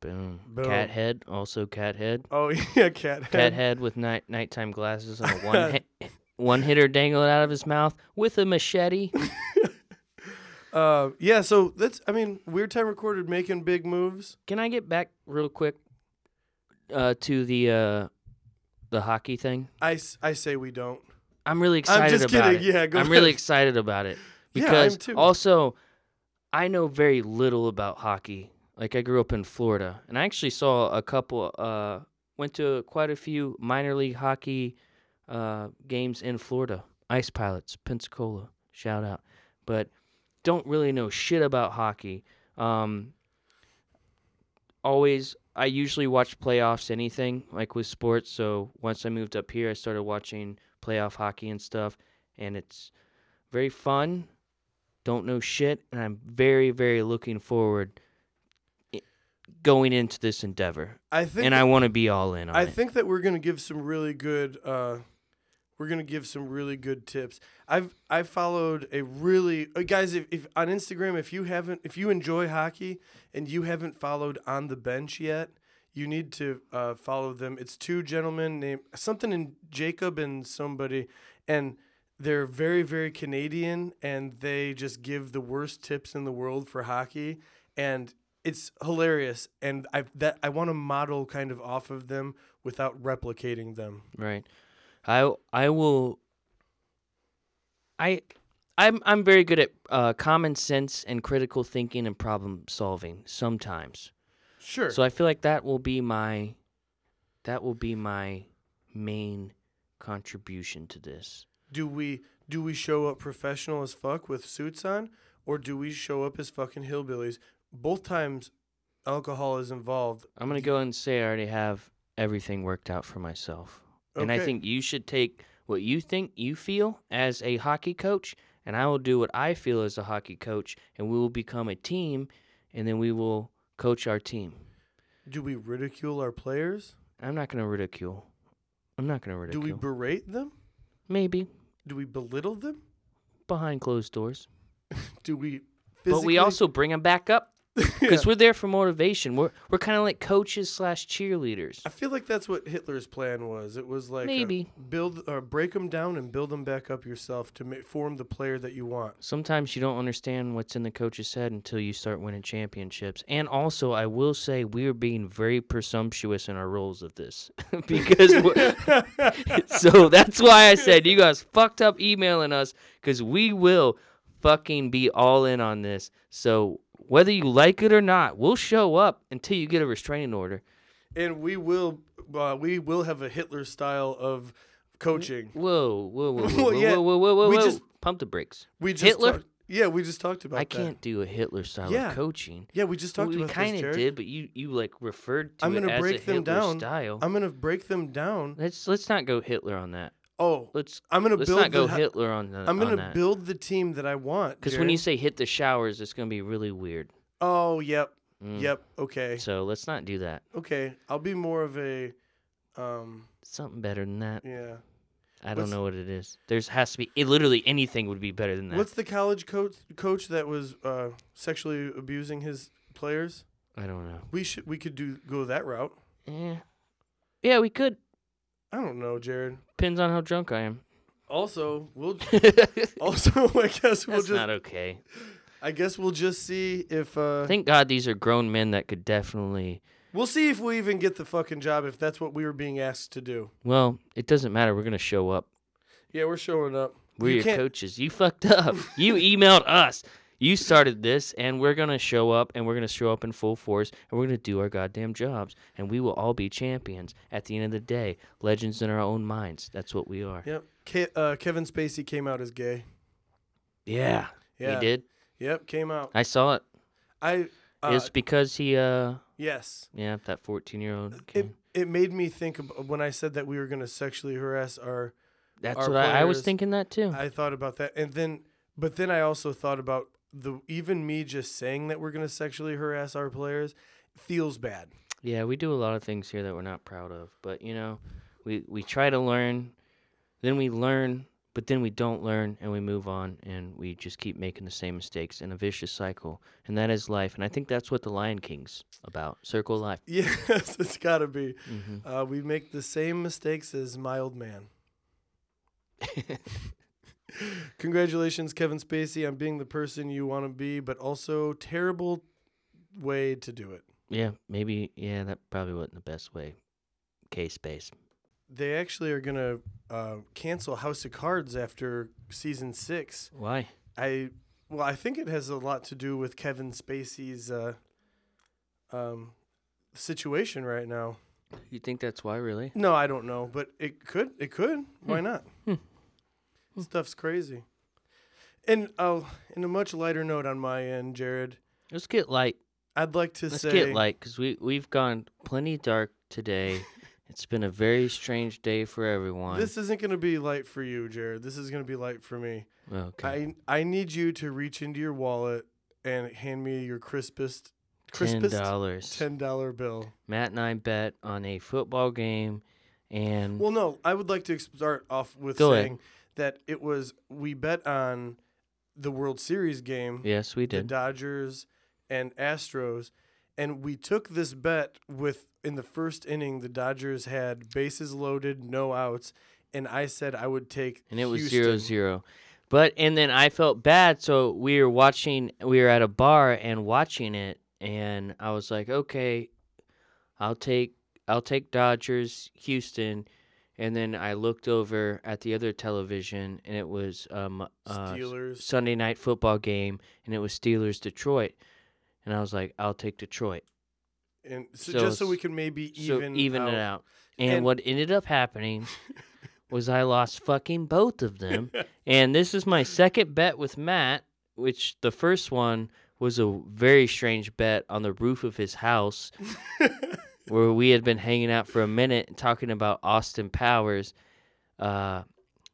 [SPEAKER 1] Boom.
[SPEAKER 2] Boom.
[SPEAKER 1] Cat head, also cat head.
[SPEAKER 2] Oh yeah, cat head.
[SPEAKER 1] Cat head with night nighttime glasses and a one hit, one hitter dangling out of his mouth with a machete.
[SPEAKER 2] Uh, yeah, so that's I mean, Weird Time Recorded making big moves.
[SPEAKER 1] Can I get back real quick uh, to the uh, the hockey thing?
[SPEAKER 2] I, s- I say we don't.
[SPEAKER 1] I'm really excited
[SPEAKER 2] just
[SPEAKER 1] about
[SPEAKER 2] kidding.
[SPEAKER 1] it.
[SPEAKER 2] Yeah, go
[SPEAKER 1] I'm really
[SPEAKER 2] ahead.
[SPEAKER 1] excited about it
[SPEAKER 2] Yeah, I'm
[SPEAKER 1] because
[SPEAKER 2] too.
[SPEAKER 1] also I know very little about hockey. Like I grew up in Florida, and I actually saw a couple. Uh, went to quite a few minor league hockey uh, games in Florida. Ice Pilots, Pensacola, shout out. But don't really know shit about hockey. Um, always, I usually watch playoffs, anything like with sports. So once I moved up here, I started watching playoff hockey and stuff, and it's very fun. Don't know shit, and I'm very, very looking forward i- going into this endeavor,
[SPEAKER 2] I think
[SPEAKER 1] and I want to be all in on
[SPEAKER 2] I
[SPEAKER 1] it.
[SPEAKER 2] think that we're gonna give some really good uh, we're gonna give some really good tips. I've I followed a really uh, guys if, if on Instagram if you haven't if you enjoy hockey and you haven't followed on the bench yet, you need to uh, follow them. It's two gentlemen named something in Jacob and somebody, and they're very very Canadian and they just give the worst tips in the world for hockey and it's hilarious and I that I want to model kind of off of them without replicating them.
[SPEAKER 1] Right. I I will. I. I'm I'm very good at uh, common sense and critical thinking and problem solving sometimes.
[SPEAKER 2] Sure.
[SPEAKER 1] So I feel like that will be my that will be my main contribution to this.
[SPEAKER 2] do we do we show up professional as fuck with suits on or do we show up as fucking hillbillies? Both times alcohol is involved.
[SPEAKER 1] I'm gonna go and say I already have everything worked out for myself. And I
[SPEAKER 2] Okay.
[SPEAKER 1] think you should take what you think you feel as a hockey coach, and I will do what I feel as a hockey coach, and we will become a team, and then we will coach our team.
[SPEAKER 2] Do we ridicule our players?
[SPEAKER 1] I'm not going to ridicule. I'm not going to ridicule.
[SPEAKER 2] Do we berate them?
[SPEAKER 1] Maybe
[SPEAKER 2] Do we belittle them?
[SPEAKER 1] behind closed doors.
[SPEAKER 2] Do we?
[SPEAKER 1] But we
[SPEAKER 2] physically-
[SPEAKER 1] also bring them back up because we're there for motivation. We're we're kind of like coaches slash cheerleaders.
[SPEAKER 2] I feel like that's what Hitler's plan was. It was like a
[SPEAKER 1] Maybe.
[SPEAKER 2] build or break them down and build them back up yourself to ma- form the player that you want.
[SPEAKER 1] Sometimes you don't understand what's in the coach's head until you start winning championships. And also, I will say we are being very presumptuous in our roles of this because. we're- so that's why I said you guys fucked up emailing us because we will fucking be all in on this. So whether you like it or not, we'll show up until you get a restraining order.
[SPEAKER 2] And we will uh, we will have a Hitler style of coaching.
[SPEAKER 1] Whoa, whoa, whoa, whoa,
[SPEAKER 2] Well,
[SPEAKER 1] whoa,
[SPEAKER 2] yeah,
[SPEAKER 1] whoa, whoa, whoa, whoa,
[SPEAKER 2] we
[SPEAKER 1] whoa.
[SPEAKER 2] just-
[SPEAKER 1] Pump the brakes.
[SPEAKER 2] We just
[SPEAKER 1] Hitler?
[SPEAKER 2] talked- yeah, we just talked about
[SPEAKER 1] I
[SPEAKER 2] that.
[SPEAKER 1] can't do a Hitler style
[SPEAKER 2] Yeah.
[SPEAKER 1] of coaching.
[SPEAKER 2] Yeah, we just talked
[SPEAKER 1] we
[SPEAKER 2] about
[SPEAKER 1] kind
[SPEAKER 2] this.
[SPEAKER 1] of
[SPEAKER 2] Jared.
[SPEAKER 1] did, but you you like referred to
[SPEAKER 2] I'm
[SPEAKER 1] it
[SPEAKER 2] gonna
[SPEAKER 1] as
[SPEAKER 2] break
[SPEAKER 1] a
[SPEAKER 2] them
[SPEAKER 1] Hitler
[SPEAKER 2] down.
[SPEAKER 1] style.
[SPEAKER 2] I'm gonna break them down.
[SPEAKER 1] let's let's not go Hitler on that.
[SPEAKER 2] Oh,
[SPEAKER 1] Let's
[SPEAKER 2] I'm gonna
[SPEAKER 1] let's
[SPEAKER 2] build.
[SPEAKER 1] not go
[SPEAKER 2] the,
[SPEAKER 1] Hitler on the. on
[SPEAKER 2] I'm gonna
[SPEAKER 1] that.
[SPEAKER 2] build the team that I want.
[SPEAKER 1] because when
[SPEAKER 2] Jared.
[SPEAKER 1] you say hit the showers, it's gonna be really weird.
[SPEAKER 2] oh, yep,
[SPEAKER 1] Mm.
[SPEAKER 2] yep, okay,
[SPEAKER 1] So let's not do that.
[SPEAKER 2] okay, I'll be more of a, um,
[SPEAKER 1] Something better than that.
[SPEAKER 2] yeah.
[SPEAKER 1] I don't
[SPEAKER 2] What's-
[SPEAKER 1] know what it is. There's has to be it, literally anything would be better than that.
[SPEAKER 2] What's the college coach coach that was uh, sexually abusing his players?
[SPEAKER 1] I don't know.
[SPEAKER 2] We should we could do go that route.
[SPEAKER 1] Yeah, yeah, we could.
[SPEAKER 2] I don't know, Jared.
[SPEAKER 1] Depends on how drunk I am.
[SPEAKER 2] Also, we'll
[SPEAKER 1] That's
[SPEAKER 2] also I guess we'll just
[SPEAKER 1] not okay.
[SPEAKER 2] I guess we'll just see if uh,
[SPEAKER 1] Thank God these are grown men that could definitely.
[SPEAKER 2] we'll see if we even get the fucking job if that's what we were being asked to do.
[SPEAKER 1] Well, it doesn't matter. We're gonna show up.
[SPEAKER 2] Yeah, we're showing up.
[SPEAKER 1] We're
[SPEAKER 2] You
[SPEAKER 1] your
[SPEAKER 2] can't-
[SPEAKER 1] coaches. You fucked up. you emailed us. You started this, and we're gonna show up, and we're gonna show up in full force, and we're gonna do our goddamn jobs, and we will all be champions at the end of the day, legends in our own minds. That's what we are.
[SPEAKER 2] Yep. Ke- uh, Kevin Spacey came out as gay.
[SPEAKER 1] Yeah,
[SPEAKER 2] Yeah.
[SPEAKER 1] he did.
[SPEAKER 2] Yep, came out.
[SPEAKER 1] I saw it.
[SPEAKER 2] I uh,
[SPEAKER 1] it's because he, uh,
[SPEAKER 2] yes.
[SPEAKER 1] yeah, that fourteen-year-old.
[SPEAKER 2] It it made me think ab- when I said that we were going to sexually harass our
[SPEAKER 1] That's
[SPEAKER 2] our
[SPEAKER 1] what I, I was
[SPEAKER 2] players-
[SPEAKER 1] thinking. That too.
[SPEAKER 2] I thought about that, and then, but then I also thought about the even me just saying that we're gonna sexually harass our players feels bad.
[SPEAKER 1] Yeah, we do a lot of things here that we're not proud of, but you know, we we try to learn, then we learn, but then we don't learn and we move on and we just keep making the same mistakes in a vicious cycle. And that is life, and I think that's what the Lion King's about. Circle of life.
[SPEAKER 2] Yes, it's gotta be.
[SPEAKER 1] hmm
[SPEAKER 2] Uh, we make the same mistakes as my old man. Congratulations, Kevin Spacey, on being the person you want to be, but also terrible way to do it.
[SPEAKER 1] Yeah, maybe yeah, that probably wasn't the best way. K space.
[SPEAKER 2] They actually are gonna uh, cancel House of Cards after season six.
[SPEAKER 1] Why?
[SPEAKER 2] I well, I think it has a lot to do with Kevin Spacey's uh, um, situation right now.
[SPEAKER 1] You think that's why really?
[SPEAKER 2] No, I don't know, but it could. It could.
[SPEAKER 1] Hmm.
[SPEAKER 2] Why not? Stuff's crazy. And uh, in a much lighter note on my end, Jared,
[SPEAKER 1] Let's get light.
[SPEAKER 2] I'd like to
[SPEAKER 1] Let's
[SPEAKER 2] say
[SPEAKER 1] get light because we we've gone plenty dark today. it's been a very strange day for everyone.
[SPEAKER 2] this isn't going to be light for you, Jared. This is going to be light for me.
[SPEAKER 1] okay.
[SPEAKER 2] I I need you to reach into your wallet and hand me your crispest,
[SPEAKER 1] Ten
[SPEAKER 2] crispest
[SPEAKER 1] dollars.
[SPEAKER 2] ten dollar bill.
[SPEAKER 1] Matt and I bet on a football game, and
[SPEAKER 2] Well, no, I would like to ex- start off with
[SPEAKER 1] Go ahead.
[SPEAKER 2] saying that it was we bet on the World Series game,
[SPEAKER 1] yes, we
[SPEAKER 2] the
[SPEAKER 1] did.
[SPEAKER 2] Dodgers and Astros, and we took this bet with in the first inning the Dodgers had bases loaded, no outs, and I said I would take
[SPEAKER 1] and it was zero
[SPEAKER 2] Houston.
[SPEAKER 1] zero. But and then I felt bad, so we were watching. We were at a bar and watching it, and I was like, okay, I'll take I'll take Dodgers Houston. And then I looked over at the other television, and it was um, uh,
[SPEAKER 2] Steelers.
[SPEAKER 1] Sunday night football game, and it was Steelers Detroit, and I was like, I'll take Detroit.
[SPEAKER 2] and so,
[SPEAKER 1] so
[SPEAKER 2] just so
[SPEAKER 1] it's-
[SPEAKER 2] we can maybe
[SPEAKER 1] so
[SPEAKER 2] even
[SPEAKER 1] even, it out. And,
[SPEAKER 2] And-
[SPEAKER 1] what ended up happening was I lost fucking both of them. and this is my second bet with Matt, which the first one was a very strange bet on the roof of his house where we had been hanging out for a minute and talking about Austin Powers, uh,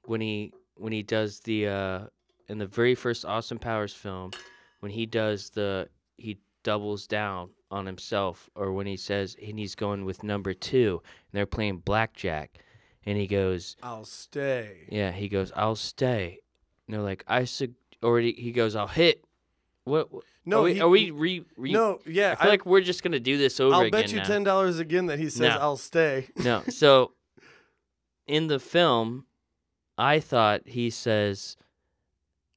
[SPEAKER 1] when he when he does the uh, in the very first Austin Powers film, when he does the he doubles down on himself, or when he says and he's going with number two, and they're playing blackjack, and he goes,
[SPEAKER 2] I'll stay.
[SPEAKER 1] yeah, he goes, I'll stay. And they're like, I sug already. He goes, I'll hit. What? what-
[SPEAKER 2] No,
[SPEAKER 1] are we,
[SPEAKER 2] he-
[SPEAKER 1] are we re, re?
[SPEAKER 2] No, yeah.
[SPEAKER 1] I feel like we're just gonna do this over
[SPEAKER 2] I'll
[SPEAKER 1] again
[SPEAKER 2] bet you
[SPEAKER 1] now.
[SPEAKER 2] ten dollars again that he says
[SPEAKER 1] No.
[SPEAKER 2] I'll stay.
[SPEAKER 1] no, so in the film, I thought he says,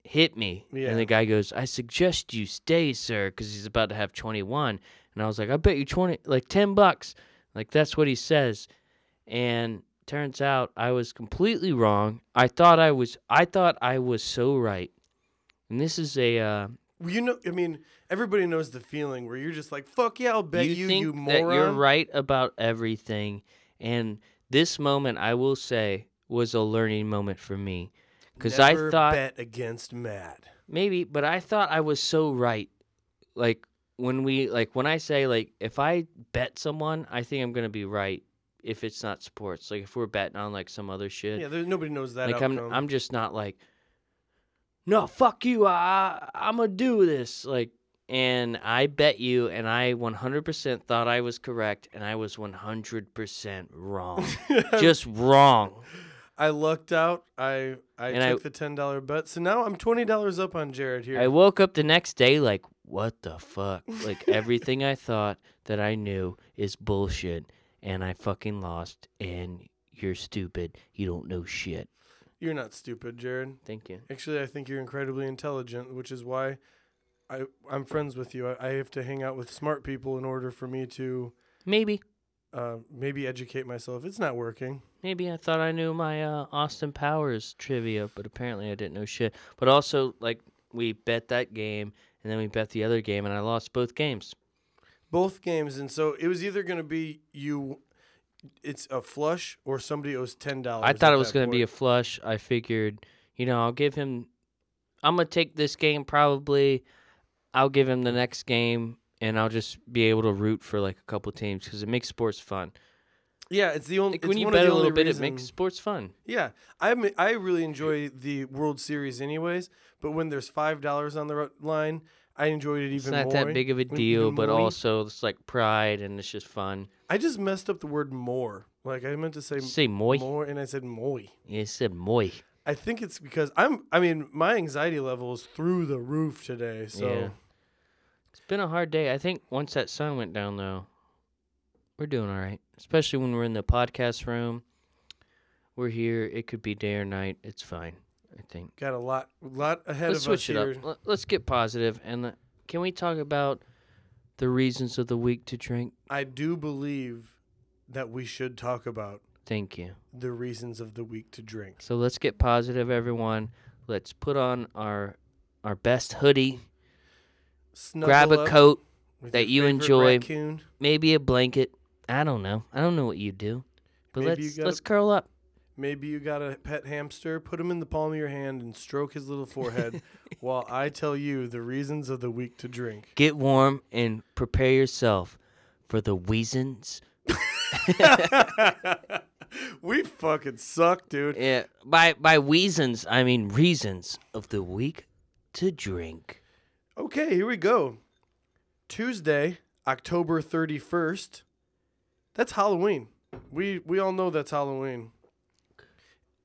[SPEAKER 1] "Hit me,"
[SPEAKER 2] Yeah.
[SPEAKER 1] and the guy goes, "I suggest you stay, sir," because he's about to have twenty-one. And I was like, "I bet you twenty, like ten bucks, like that's what he says." And turns out I was completely wrong. I thought I was, I thought I was so right. And this is a, uh,
[SPEAKER 2] Well, You know, I mean, everybody knows the feeling where you're just like, "Fuck yeah, I'll bet you, you,
[SPEAKER 1] think that
[SPEAKER 2] moron."
[SPEAKER 1] you're right about everything and this moment i will say was a learning moment for me because i
[SPEAKER 2] Never
[SPEAKER 1] thought
[SPEAKER 2] bet against Matt.
[SPEAKER 1] maybe but i thought i was so right like when we like when i say like if i bet someone i think i'm gonna be right if it's not sports like if we're betting on like some other shit
[SPEAKER 2] Yeah, there, nobody knows that.
[SPEAKER 1] like
[SPEAKER 2] outcome.
[SPEAKER 1] I'm I'm just not like no fuck you I I'm gonna do this like and I bet you and I 100% thought I was correct and I was 100% wrong just wrong
[SPEAKER 2] I lucked out. I I
[SPEAKER 1] And I-
[SPEAKER 2] took the ten dollar bet, so now I'm twenty dollars up on Jared here.
[SPEAKER 1] I woke up the next day like what the fuck like everything I thought that I knew is bullshit and I fucking lost and you're stupid you don't know shit
[SPEAKER 2] you're not stupid, Jared.
[SPEAKER 1] thank you
[SPEAKER 2] Actually, I think you're incredibly intelligent, which is why I I'm friends with you. I, I have to hang out with smart people in order for me to
[SPEAKER 1] maybe
[SPEAKER 2] uh, maybe educate myself. It's not working.
[SPEAKER 1] Maybe I thought I knew my uh, Austin Powers trivia, but apparently I didn't know shit. But also, like, we bet that game, and then we bet the other game, and I lost both games.
[SPEAKER 2] both games, and so it was either going to be you. It's a flush, or somebody owes ten dollars.
[SPEAKER 1] I thought it was going to be a flush. I figured, you know, I'll give him. I'm going to take this game probably. I'll give him the next game, and I'll just be able to root for, like, a couple teams because it makes sports fun.
[SPEAKER 2] yeah. It's the only
[SPEAKER 1] Like, when
[SPEAKER 2] it's
[SPEAKER 1] you
[SPEAKER 2] one of
[SPEAKER 1] bet
[SPEAKER 2] the
[SPEAKER 1] a little
[SPEAKER 2] only
[SPEAKER 1] bit, it
[SPEAKER 2] reason-
[SPEAKER 1] makes sports fun.
[SPEAKER 2] Yeah, I am I really enjoy the World Series, anyways. But when there's five dollars on the ro- line, I enjoyed it even
[SPEAKER 1] It's not
[SPEAKER 2] more.
[SPEAKER 1] that big of a
[SPEAKER 2] Even
[SPEAKER 1] deal, but
[SPEAKER 2] more.
[SPEAKER 1] also it's like pride, and it's just fun.
[SPEAKER 2] I just messed up the word more. Like I meant to say
[SPEAKER 1] Say moi.
[SPEAKER 2] more, and I said moi.
[SPEAKER 1] You said moi.
[SPEAKER 2] I think it's because I'm. I mean, my anxiety level is through the roof today. So
[SPEAKER 1] Yeah. It's been a hard day. I think once that sun went down, though, we're doing all right. Especially when we're in the podcast room. We're here. It could be day or night. It's fine. I think.
[SPEAKER 2] got a lot, lot ahead
[SPEAKER 1] Let's
[SPEAKER 2] of us
[SPEAKER 1] switch it
[SPEAKER 2] here.
[SPEAKER 1] up. Let- Let's get positive and le- can we talk about the reasons of the week to drink?
[SPEAKER 2] I do believe that we should talk about
[SPEAKER 1] Thank you.
[SPEAKER 2] the reasons of the week to drink.
[SPEAKER 1] So let's get positive, everyone. Let's put on our our best hoodie.
[SPEAKER 2] Snuggle
[SPEAKER 1] grab a
[SPEAKER 2] up
[SPEAKER 1] coat,
[SPEAKER 2] with
[SPEAKER 1] that
[SPEAKER 2] your
[SPEAKER 1] you
[SPEAKER 2] favorite
[SPEAKER 1] enjoy.
[SPEAKER 2] Raccoon.
[SPEAKER 1] maybe a blanket. I don't know. I don't know what you do, but
[SPEAKER 2] Maybe you
[SPEAKER 1] let's
[SPEAKER 2] got a-
[SPEAKER 1] let's curl up.
[SPEAKER 2] Maybe you got a pet hamster. Put him in the palm of your hand and stroke his little forehead while I tell you the reasons of the week to drink.
[SPEAKER 1] Get warm and prepare yourself for the wheezins.
[SPEAKER 2] we fucking suck, dude.
[SPEAKER 1] Yeah. By by wheezins, I mean reasons of the week to drink.
[SPEAKER 2] Okay, here we go. Tuesday, October 31st. That's Halloween. We we all know that's Halloween.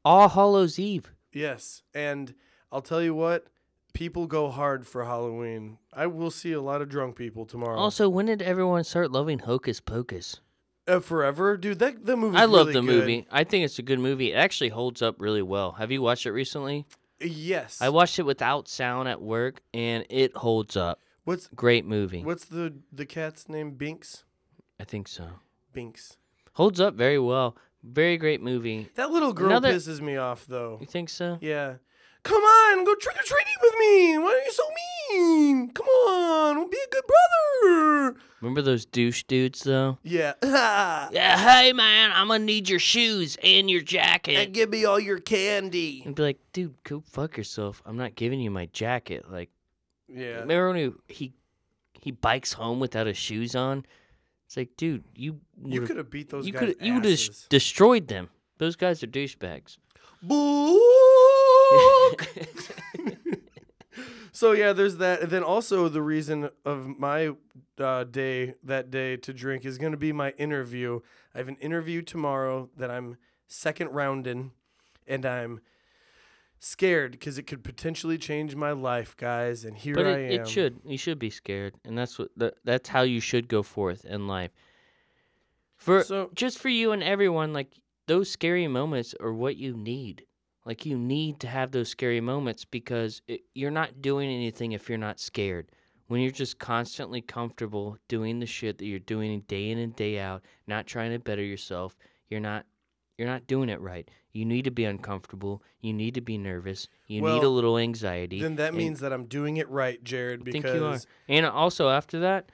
[SPEAKER 1] All Hallows Eve.
[SPEAKER 2] Yes, and I'll tell you what, people go hard for Halloween. I will see a lot of drunk people tomorrow.
[SPEAKER 1] Also, when did everyone start loving Hocus Pocus?
[SPEAKER 2] uh, forever, dude. That the movie.
[SPEAKER 1] I love the movie. I think it's a good movie. It actually holds up really well. Have you watched it recently?
[SPEAKER 2] Yes.
[SPEAKER 1] I watched it without sound at work, and it holds up.
[SPEAKER 2] what's
[SPEAKER 1] Great movie.
[SPEAKER 2] what's the the cat's name? Binks.
[SPEAKER 1] I think so.
[SPEAKER 2] Binks.
[SPEAKER 1] Holds up very well. Very great movie.
[SPEAKER 2] That little girl
[SPEAKER 1] Another-
[SPEAKER 2] pisses me off though.
[SPEAKER 1] You think so?
[SPEAKER 2] Yeah. Come on, go trick or treating with me. Why are you so mean? Come on, be a good brother.
[SPEAKER 1] Remember those douche dudes though?
[SPEAKER 2] Yeah.
[SPEAKER 1] Yeah, hey man, I'm gonna need your shoes and your
[SPEAKER 2] and
[SPEAKER 1] jacket.
[SPEAKER 2] give me all your candy.
[SPEAKER 1] And be like, dude, go fuck yourself. I'm not giving you my jacket. Like,
[SPEAKER 2] Yeah.
[SPEAKER 1] remember when he, he he bikes home without his shoes on? It's like, dude, you
[SPEAKER 2] You
[SPEAKER 1] would've-
[SPEAKER 2] could have beat those
[SPEAKER 1] you
[SPEAKER 2] guys.
[SPEAKER 1] could you would have
[SPEAKER 2] asses.
[SPEAKER 1] destroyed them. Those guys are douchebags.
[SPEAKER 2] Book. so yeah, there's that. And then also the reason of my uh, day that day to drink is going to be my interview. I have an interview tomorrow that I'm second round in, and I'm scared because it could potentially change my life, guys. And here
[SPEAKER 1] but
[SPEAKER 2] I
[SPEAKER 1] it,
[SPEAKER 2] am.
[SPEAKER 1] it should. You should be scared, and that's what the, that's how you should go forth in life. For
[SPEAKER 2] So-
[SPEAKER 1] just for you and everyone, like those scary moments are what you need. Like you need to have those scary moments because it, you're not doing anything if you're not scared. When you're just constantly comfortable doing the shit that you're doing day in and day out, not trying to better yourself, you're not you're not doing it right. You need to be uncomfortable. You need to be nervous. You need a
[SPEAKER 2] Well,
[SPEAKER 1] little anxiety.
[SPEAKER 2] Then that
[SPEAKER 1] and-
[SPEAKER 2] means that I'm doing it right, Jared. Because
[SPEAKER 1] think you are. And also after that,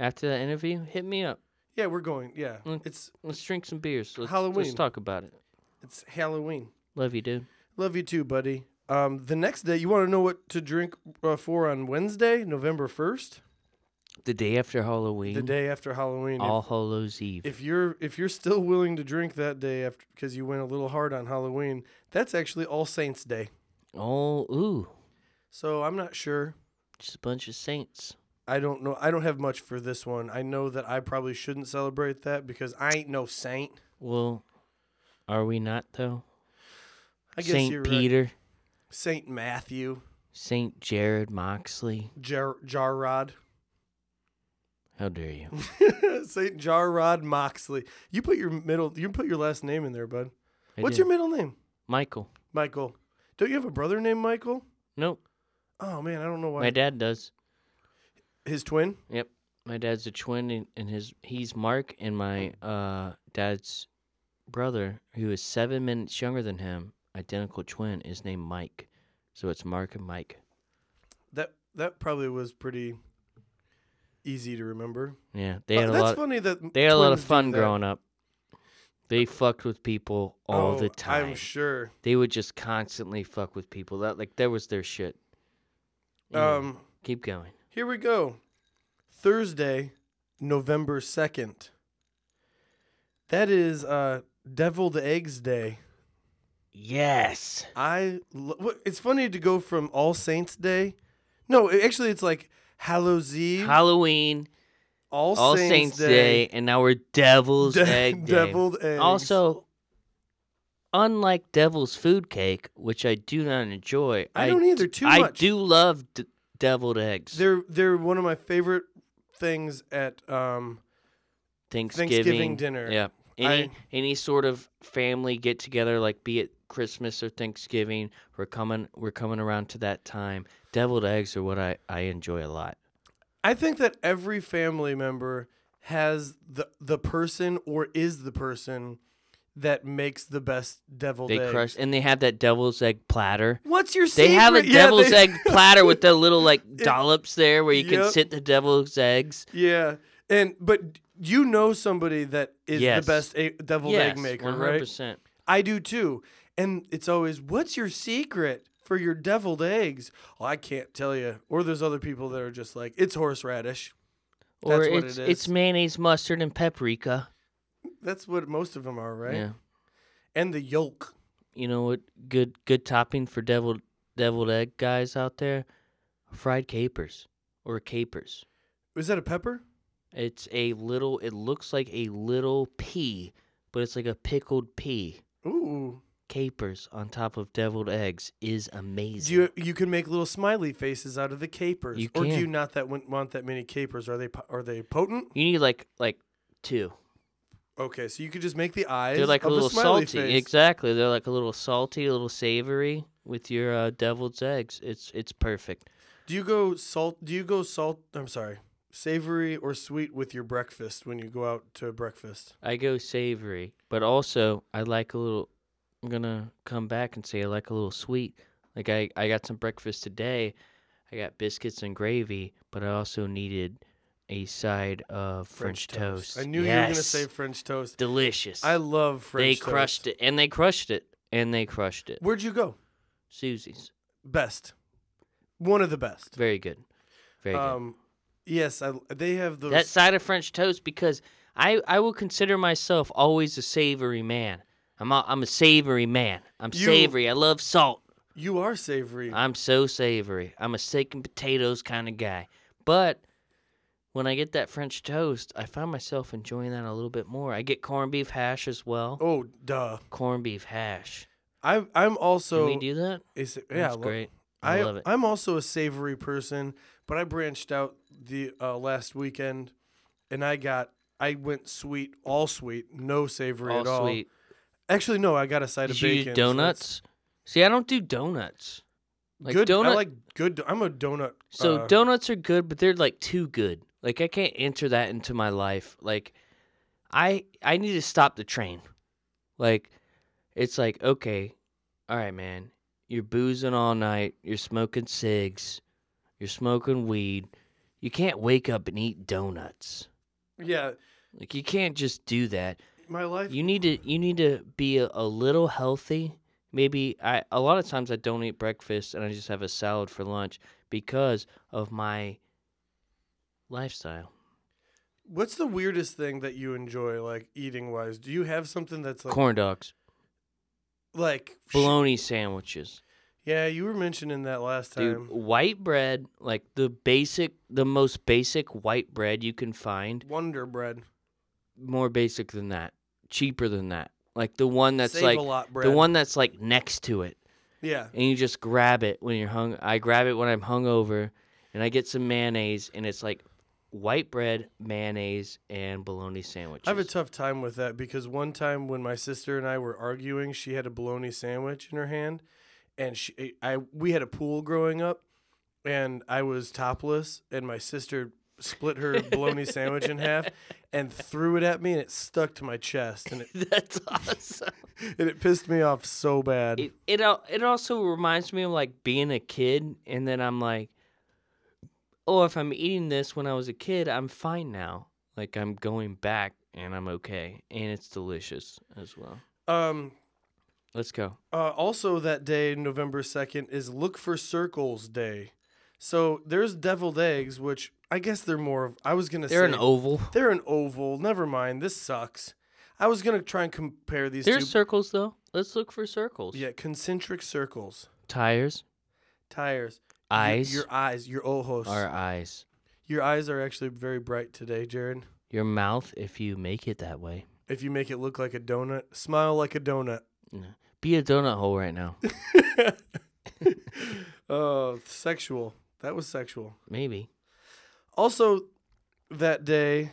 [SPEAKER 1] after that interview, hit me up.
[SPEAKER 2] yeah, we're going. Yeah,
[SPEAKER 1] Mm.
[SPEAKER 2] it's
[SPEAKER 1] Let's drink some beers. Let's, Let's
[SPEAKER 2] Halloween.
[SPEAKER 1] talk about it.
[SPEAKER 2] it's Halloween.
[SPEAKER 1] Love you, dude.
[SPEAKER 2] Love you too, buddy. Um, the next day, you want to know what to drink uh, for on Wednesday, November 1st,
[SPEAKER 1] The day after Halloween,
[SPEAKER 2] the day after Halloween. If-
[SPEAKER 1] All Hallows Eve.
[SPEAKER 2] if, you're if you're still willing to drink that day after because you went a little hard on Halloween, that's actually All Saints Day.
[SPEAKER 1] oh, ooh,
[SPEAKER 2] So I'm not sure.
[SPEAKER 1] just a bunch of saints.
[SPEAKER 2] I don't know. I don't have much for this one. I know that I probably shouldn't celebrate that because I ain't no saint.
[SPEAKER 1] Well, are we not though?
[SPEAKER 2] I guess
[SPEAKER 1] Saint
[SPEAKER 2] you're right.
[SPEAKER 1] Peter,
[SPEAKER 2] Saint Matthew,
[SPEAKER 1] Saint Jared Moxley.
[SPEAKER 2] Jar Jarrod,
[SPEAKER 1] How dare you?
[SPEAKER 2] Saint Jarrod Moxley. You put your middle. You put your last name in there, bud.
[SPEAKER 1] I
[SPEAKER 2] What's
[SPEAKER 1] did.
[SPEAKER 2] your middle name?
[SPEAKER 1] Michael?
[SPEAKER 2] Michael. Don't you have a brother named Michael?
[SPEAKER 1] Nope,
[SPEAKER 2] Oh man, I don't know why.
[SPEAKER 1] my dad does.
[SPEAKER 2] His twin?
[SPEAKER 1] Yep. My dad's a twin and, and his he's Mark and my uh dad's brother, who is seven minutes younger than him, identical twin, is named Mike. So it's Mark and Mike.
[SPEAKER 2] That that probably was pretty easy to remember.
[SPEAKER 1] Yeah. They
[SPEAKER 2] Uh,
[SPEAKER 1] had a
[SPEAKER 2] that's
[SPEAKER 1] lot
[SPEAKER 2] funny that
[SPEAKER 1] they had a lot of
[SPEAKER 2] twins do
[SPEAKER 1] fun
[SPEAKER 2] that.
[SPEAKER 1] growing up. They fucked with people all
[SPEAKER 2] Oh,
[SPEAKER 1] the time.
[SPEAKER 2] I'm sure.
[SPEAKER 1] they would just constantly fuck with people. That like that was their shit. Anyway,
[SPEAKER 2] Um,
[SPEAKER 1] keep going.
[SPEAKER 2] here we go. Thursday, November second. That is uh, Deviled Eggs Day.
[SPEAKER 1] Yes.
[SPEAKER 2] I lo- what- it's funny to go from All Saints Day. No, it- actually, it's like Hallows Eve,
[SPEAKER 1] Halloween,
[SPEAKER 2] All,
[SPEAKER 1] All Saints, Day. and now we're Devil's
[SPEAKER 2] De-
[SPEAKER 1] Egg Day.
[SPEAKER 2] Deviled Eggs.
[SPEAKER 1] Also, unlike Devil's Food Cake, which I do not enjoy,
[SPEAKER 2] I don't either,
[SPEAKER 1] d-
[SPEAKER 2] too
[SPEAKER 1] I
[SPEAKER 2] much.
[SPEAKER 1] do love d- deviled eggs.
[SPEAKER 2] They're they're one of my favorite things at um
[SPEAKER 1] Thanksgiving,
[SPEAKER 2] dinner.
[SPEAKER 1] Yeah. Any
[SPEAKER 2] I-
[SPEAKER 1] any sort of family get together, like be it Christmas or Thanksgiving, we're coming we're coming around to that time. Deviled eggs are what I, I enjoy a lot.
[SPEAKER 2] I think that every family member has the the person or is the person that makes the best deviled
[SPEAKER 1] They
[SPEAKER 2] egg.
[SPEAKER 1] crush and they have that devil's egg platter.
[SPEAKER 2] What's your
[SPEAKER 1] They
[SPEAKER 2] secret?
[SPEAKER 1] have a
[SPEAKER 2] Yeah,
[SPEAKER 1] devil's
[SPEAKER 2] they-
[SPEAKER 1] egg platter with the little like dollops there where you can
[SPEAKER 2] Yep.
[SPEAKER 1] sit the devil's eggs.
[SPEAKER 2] Yeah. And but you know somebody that is
[SPEAKER 1] Yes.
[SPEAKER 2] the best a- deviled
[SPEAKER 1] yes,
[SPEAKER 2] egg maker, right?
[SPEAKER 1] 100%.
[SPEAKER 2] I do too. And it's always what's your secret for your deviled eggs? Well, I can't tell you. Or there's other people that are just like it's horseradish.
[SPEAKER 1] Or
[SPEAKER 2] That's what
[SPEAKER 1] it's
[SPEAKER 2] it
[SPEAKER 1] it's
[SPEAKER 2] is.
[SPEAKER 1] mayonnaise, mustard, and paprika.
[SPEAKER 2] That's what most of them are, right?
[SPEAKER 1] Yeah,
[SPEAKER 2] And the yolk.
[SPEAKER 1] you know what? Good good topping for deviled deviled egg guys out there. Fried capers or capers.
[SPEAKER 2] Is that a pepper?
[SPEAKER 1] It's a little. It looks like a little pea, but it's like a pickled pea.
[SPEAKER 2] Ooh.
[SPEAKER 1] Capers on top of deviled eggs is
[SPEAKER 2] Do
[SPEAKER 1] amazing.
[SPEAKER 2] you you can make little smiley faces out of the capers,
[SPEAKER 1] You
[SPEAKER 2] or do you
[SPEAKER 1] can.
[SPEAKER 2] not that wouldn't want that many capers? Are they po- are they potent?
[SPEAKER 1] You need like like two.
[SPEAKER 2] Okay, so you could just make the eyes.
[SPEAKER 1] They're like a
[SPEAKER 2] of
[SPEAKER 1] little
[SPEAKER 2] smiley
[SPEAKER 1] salty.
[SPEAKER 2] face.
[SPEAKER 1] Exactly. They're like a little salty, a little savory with your uh, deviled eggs. It's it's perfect.
[SPEAKER 2] Do you go salt? Do you go salt? I'm sorry, savory or sweet with your breakfast when you go out to breakfast?
[SPEAKER 1] I go savory, but also I like a little. I'm gonna come back and say I like a little sweet. Like I, I got some breakfast today. I got biscuits and gravy, but I also needed a side of French, toast.
[SPEAKER 2] I knew you were gonna say
[SPEAKER 1] Yes.
[SPEAKER 2] French toast.
[SPEAKER 1] delicious.
[SPEAKER 2] I love French.
[SPEAKER 1] they
[SPEAKER 2] toast.
[SPEAKER 1] crushed it, and they crushed it, and they crushed it.
[SPEAKER 2] Where'd you go?
[SPEAKER 1] Susie's
[SPEAKER 2] Best, one of the best.
[SPEAKER 1] very good, very good.
[SPEAKER 2] Um, yes, I, they have those.
[SPEAKER 1] that side of French toast because I I will consider myself always a savory man. I'm a, I'm a savory man. I'm
[SPEAKER 2] You-
[SPEAKER 1] savory. I love salt.
[SPEAKER 2] You are savory.
[SPEAKER 1] I'm so savory. I'm a steak and potatoes kind of guy. But when I get that French toast, I find myself enjoying that a little bit more. I get corned beef hash as well.
[SPEAKER 2] oh, duh.
[SPEAKER 1] Corned beef hash.
[SPEAKER 2] I I'm
[SPEAKER 1] Can
[SPEAKER 2] also
[SPEAKER 1] we do that?
[SPEAKER 2] a sa- yeah,
[SPEAKER 1] That's
[SPEAKER 2] lo-
[SPEAKER 1] great. I,
[SPEAKER 2] I,
[SPEAKER 1] love it.
[SPEAKER 2] I'm also a savory person, but I branched out the uh, last weekend, and I got I went sweet, all sweet, no savory at
[SPEAKER 1] All
[SPEAKER 2] all.
[SPEAKER 1] sweet.
[SPEAKER 2] Actually, no, I got a side
[SPEAKER 1] Did
[SPEAKER 2] of
[SPEAKER 1] you
[SPEAKER 2] bacon.
[SPEAKER 1] use
[SPEAKER 2] so that's
[SPEAKER 1] donuts? See, I don't do donuts. Like
[SPEAKER 2] good.
[SPEAKER 1] donut.
[SPEAKER 2] I like good. do- I'm a donut.
[SPEAKER 1] so
[SPEAKER 2] uh,
[SPEAKER 1] donuts are good, but they're like too good. Like I can't enter that into my life. Like I I need to stop the train. Like it's like okay, all right, man. You're boozing all night. You're smoking cigs. You're smoking weed. You can't wake up and eat donuts.
[SPEAKER 2] Yeah,
[SPEAKER 1] Like you can't just do that.
[SPEAKER 2] my life.
[SPEAKER 1] You need to you need to be a, a little healthy. Maybe I a lot of times I don't eat breakfast and I just have a salad for lunch because of my lifestyle.
[SPEAKER 2] what's the weirdest thing that you enjoy, like eating wise? Do you have something that's like
[SPEAKER 1] Corn dogs,
[SPEAKER 2] like sh-
[SPEAKER 1] bologna sandwiches,
[SPEAKER 2] Yeah, you were mentioning that last time.
[SPEAKER 1] dude, white bread, like the basic the most basic white bread you can find,
[SPEAKER 2] Wonder bread.
[SPEAKER 1] more basic than that, cheaper than that. Like the one that's
[SPEAKER 2] Save
[SPEAKER 1] like
[SPEAKER 2] a lot bread.
[SPEAKER 1] the one that's like next to it.
[SPEAKER 2] Yeah.
[SPEAKER 1] and you just grab it when you're hung. I grab it when I'm hungover, and I get some mayonnaise, and it's like white bread, mayonnaise, and bologna sandwiches.
[SPEAKER 2] I have a tough time with that because one time when my sister and I were arguing, she had a bologna sandwich in her hand, and she, I, we had a pool growing up, and I was topless, and my sister split her bologna sandwich in half and threw it at me, and it stuck to my chest, and it,
[SPEAKER 1] That's awesome.
[SPEAKER 2] and it pissed me off so bad.
[SPEAKER 1] It it, al- it also reminds me of like being a kid, and then I'm like, oh, if I'm eating this when I was a kid, I'm fine now. Like I'm going back, and I'm okay, and it's delicious as well.
[SPEAKER 2] um.
[SPEAKER 1] Let's go.
[SPEAKER 2] Uh, also, that day, November 2nd, is Look for Circles Day. So there's deviled eggs, which I guess they're more of. I was going to say.
[SPEAKER 1] They're an oval.
[SPEAKER 2] They're an oval. Never mind. This sucks. I was gonna try and compare these
[SPEAKER 1] There's
[SPEAKER 2] two.
[SPEAKER 1] circles though. Let's look for circles.
[SPEAKER 2] yeah, concentric circles,
[SPEAKER 1] Tires,
[SPEAKER 2] tires, Y-
[SPEAKER 1] eyes,
[SPEAKER 2] Your, eyes, your ojos.
[SPEAKER 1] are eyes.
[SPEAKER 2] Your eyes are actually very bright today, Jared.
[SPEAKER 1] Your mouth, if you make it that way.
[SPEAKER 2] If you make it look like a donut, smile like a donut.
[SPEAKER 1] Be a donut hole right now.
[SPEAKER 2] Oh, sexual. That was sexual.
[SPEAKER 1] Maybe.
[SPEAKER 2] Also, that day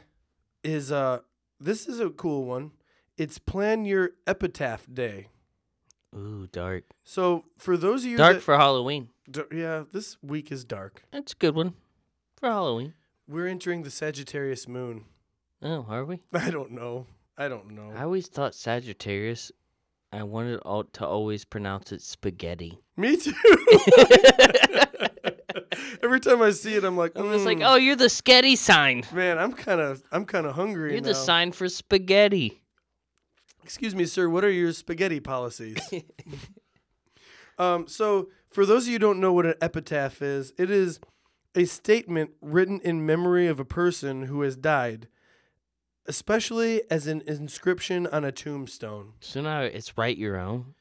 [SPEAKER 2] is uh this is a cool one. It's plan your epitaph day.
[SPEAKER 1] Ooh, dark.
[SPEAKER 2] So for those of you
[SPEAKER 1] Dark
[SPEAKER 2] that,
[SPEAKER 1] for Halloween.
[SPEAKER 2] d- yeah, this week is dark.
[SPEAKER 1] That's a good one. For Halloween.
[SPEAKER 2] We're entering the Sagittarius moon.
[SPEAKER 1] Oh, are we?
[SPEAKER 2] I don't know. I don't know.
[SPEAKER 1] I always thought Sagittarius, I wanted all, to always pronounce it spaghetti.
[SPEAKER 2] Me too. Every time I see it, I'm like,
[SPEAKER 1] I'm just like,
[SPEAKER 2] "Mm,
[SPEAKER 1] oh, you're the sketty sign.
[SPEAKER 2] man, I'm kind of, I'm kind of hungry
[SPEAKER 1] You're
[SPEAKER 2] now.
[SPEAKER 1] the sign for spaghetti.
[SPEAKER 2] Excuse me, sir. What are your spaghetti policies? um, so, for those of you who don't know what an epitaph is, it is a statement written in memory of a person who has died, especially as an inscription on a tombstone.
[SPEAKER 1] So now it's write your own.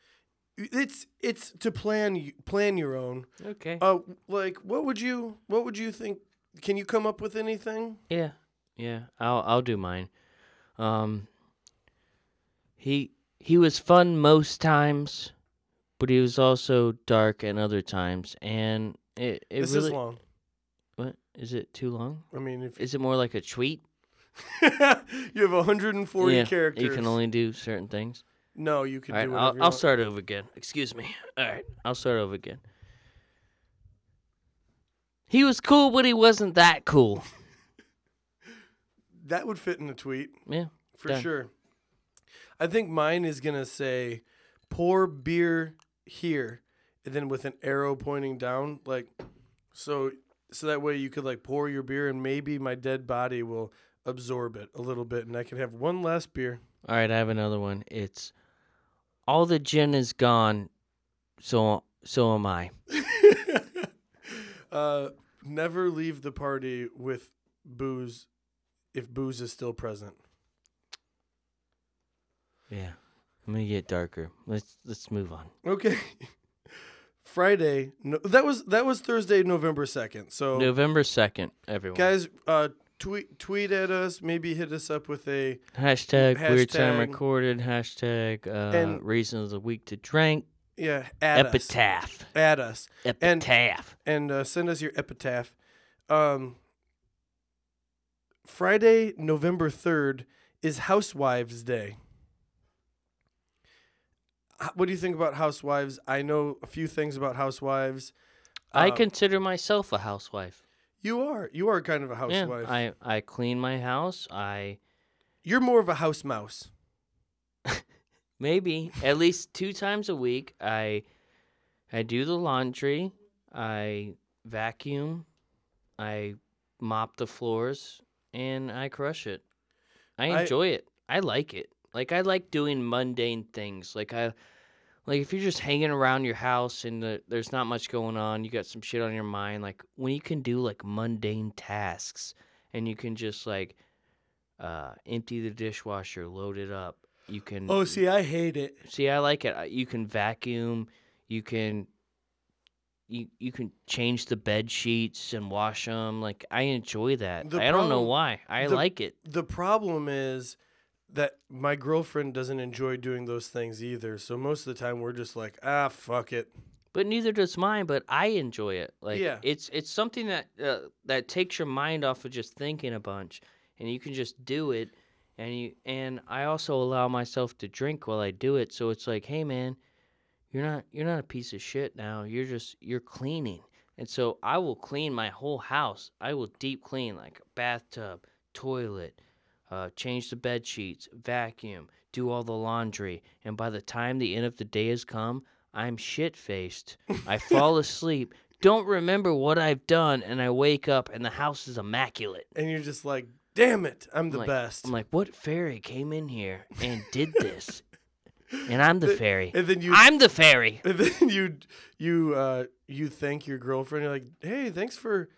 [SPEAKER 2] It's it's to plan plan your own.
[SPEAKER 1] Okay.
[SPEAKER 2] Uh, like, what would you, what would you think? Can you come up with anything?
[SPEAKER 1] Yeah, yeah. I'll I'll do mine. Um. He he was fun most times, but he was also dark at other times, and it it
[SPEAKER 2] this
[SPEAKER 1] really
[SPEAKER 2] is long.
[SPEAKER 1] what is it too long?
[SPEAKER 2] I mean, if
[SPEAKER 1] Is it more like a tweet?
[SPEAKER 2] you have 140 characters,
[SPEAKER 1] You can only do certain things.
[SPEAKER 2] no, you can
[SPEAKER 1] All right,
[SPEAKER 2] do whatever.
[SPEAKER 1] I'll,
[SPEAKER 2] you
[SPEAKER 1] I'll
[SPEAKER 2] want.
[SPEAKER 1] start over again. Excuse me. All right, I'll start over again. He was cool, but he wasn't that cool.
[SPEAKER 2] That would fit in a tweet
[SPEAKER 1] Yeah,
[SPEAKER 2] for
[SPEAKER 1] Done.
[SPEAKER 2] sure. I think mine is gonna say, "Pour beer here," and then with an arrow pointing down, like, so so that way you could like pour your beer, and maybe my dead body will absorb it a little bit, and I can have one last beer.
[SPEAKER 1] All right, I have another one. It's all the gin is gone, so so am I.
[SPEAKER 2] Uh, never leave the party with booze if booze is still present.
[SPEAKER 1] Yeah. I'm gonna get darker. Let's let's move on.
[SPEAKER 2] Okay. Friday. No, that was that was Thursday, November second. So
[SPEAKER 1] November second, everyone.
[SPEAKER 2] Oh. guys, uh, tweet tweet at us. Maybe hit us up with a
[SPEAKER 1] hashtag, weird time
[SPEAKER 2] Hashtag-
[SPEAKER 1] recorded. Hashtag uh,
[SPEAKER 2] And-
[SPEAKER 1] reason of the week to drink.
[SPEAKER 2] yeah at us
[SPEAKER 1] epitaph.
[SPEAKER 2] at us And-
[SPEAKER 1] Epitaph.
[SPEAKER 2] and uh, send us your epitaph. Um, Friday, November third is Housewives Day. H- What do you think about housewives? I know a few things about housewives.
[SPEAKER 1] I
[SPEAKER 2] Uh,
[SPEAKER 1] consider myself a housewife.
[SPEAKER 2] You are you are kind of a housewife.
[SPEAKER 1] Yeah, I I clean my house. I
[SPEAKER 2] You're more of a house mouse.
[SPEAKER 1] maybe at least two times a week. I I do the laundry. I vacuum. I mop the floors and I crush it. I
[SPEAKER 2] I-
[SPEAKER 1] enjoy it. I like it. Like I like doing mundane things. Like I like if you're just hanging around your house and the, there's not much going on, you got some shit on your mind. Like when you can do like mundane tasks and you can just like uh, empty the dishwasher, load it up. You can
[SPEAKER 2] Oh, see, I hate it.
[SPEAKER 1] See, I like it. I- You can vacuum. You can. You you can change the bed sheets and wash them. Like I enjoy that.
[SPEAKER 2] The
[SPEAKER 1] I don't know
[SPEAKER 2] problem-
[SPEAKER 1] why. I
[SPEAKER 2] the-
[SPEAKER 1] like it.
[SPEAKER 2] The problem is that my girlfriend doesn't enjoy doing those things either. So most of the time we're just like, ah, fuck it.
[SPEAKER 1] But neither does mine. But I enjoy it. Like
[SPEAKER 2] Yeah.
[SPEAKER 1] it's it's something that uh, that takes your mind off of just thinking a bunch, and you can just do it. And you and I also allow myself to drink while I do it. So it's like, hey man, you're not you're not a piece of shit now. You're just you're cleaning. And so I will clean my whole house. I will deep clean like bathtub, toilet, uh, change the bed sheets, vacuum, do all the laundry. And by the time the end of the day has come, I'm shit faced. I fall asleep, don't remember what I've done, and I wake up and the house is immaculate.
[SPEAKER 2] And you're just like, damn it, I'm the
[SPEAKER 1] I'm like-
[SPEAKER 2] best.
[SPEAKER 1] I'm like, what fairy came in here and did this? and I'm the fairy.
[SPEAKER 2] and then you
[SPEAKER 1] I'm the fairy.
[SPEAKER 2] and then you you uh you thank your girlfriend, you're like, Hey, thanks for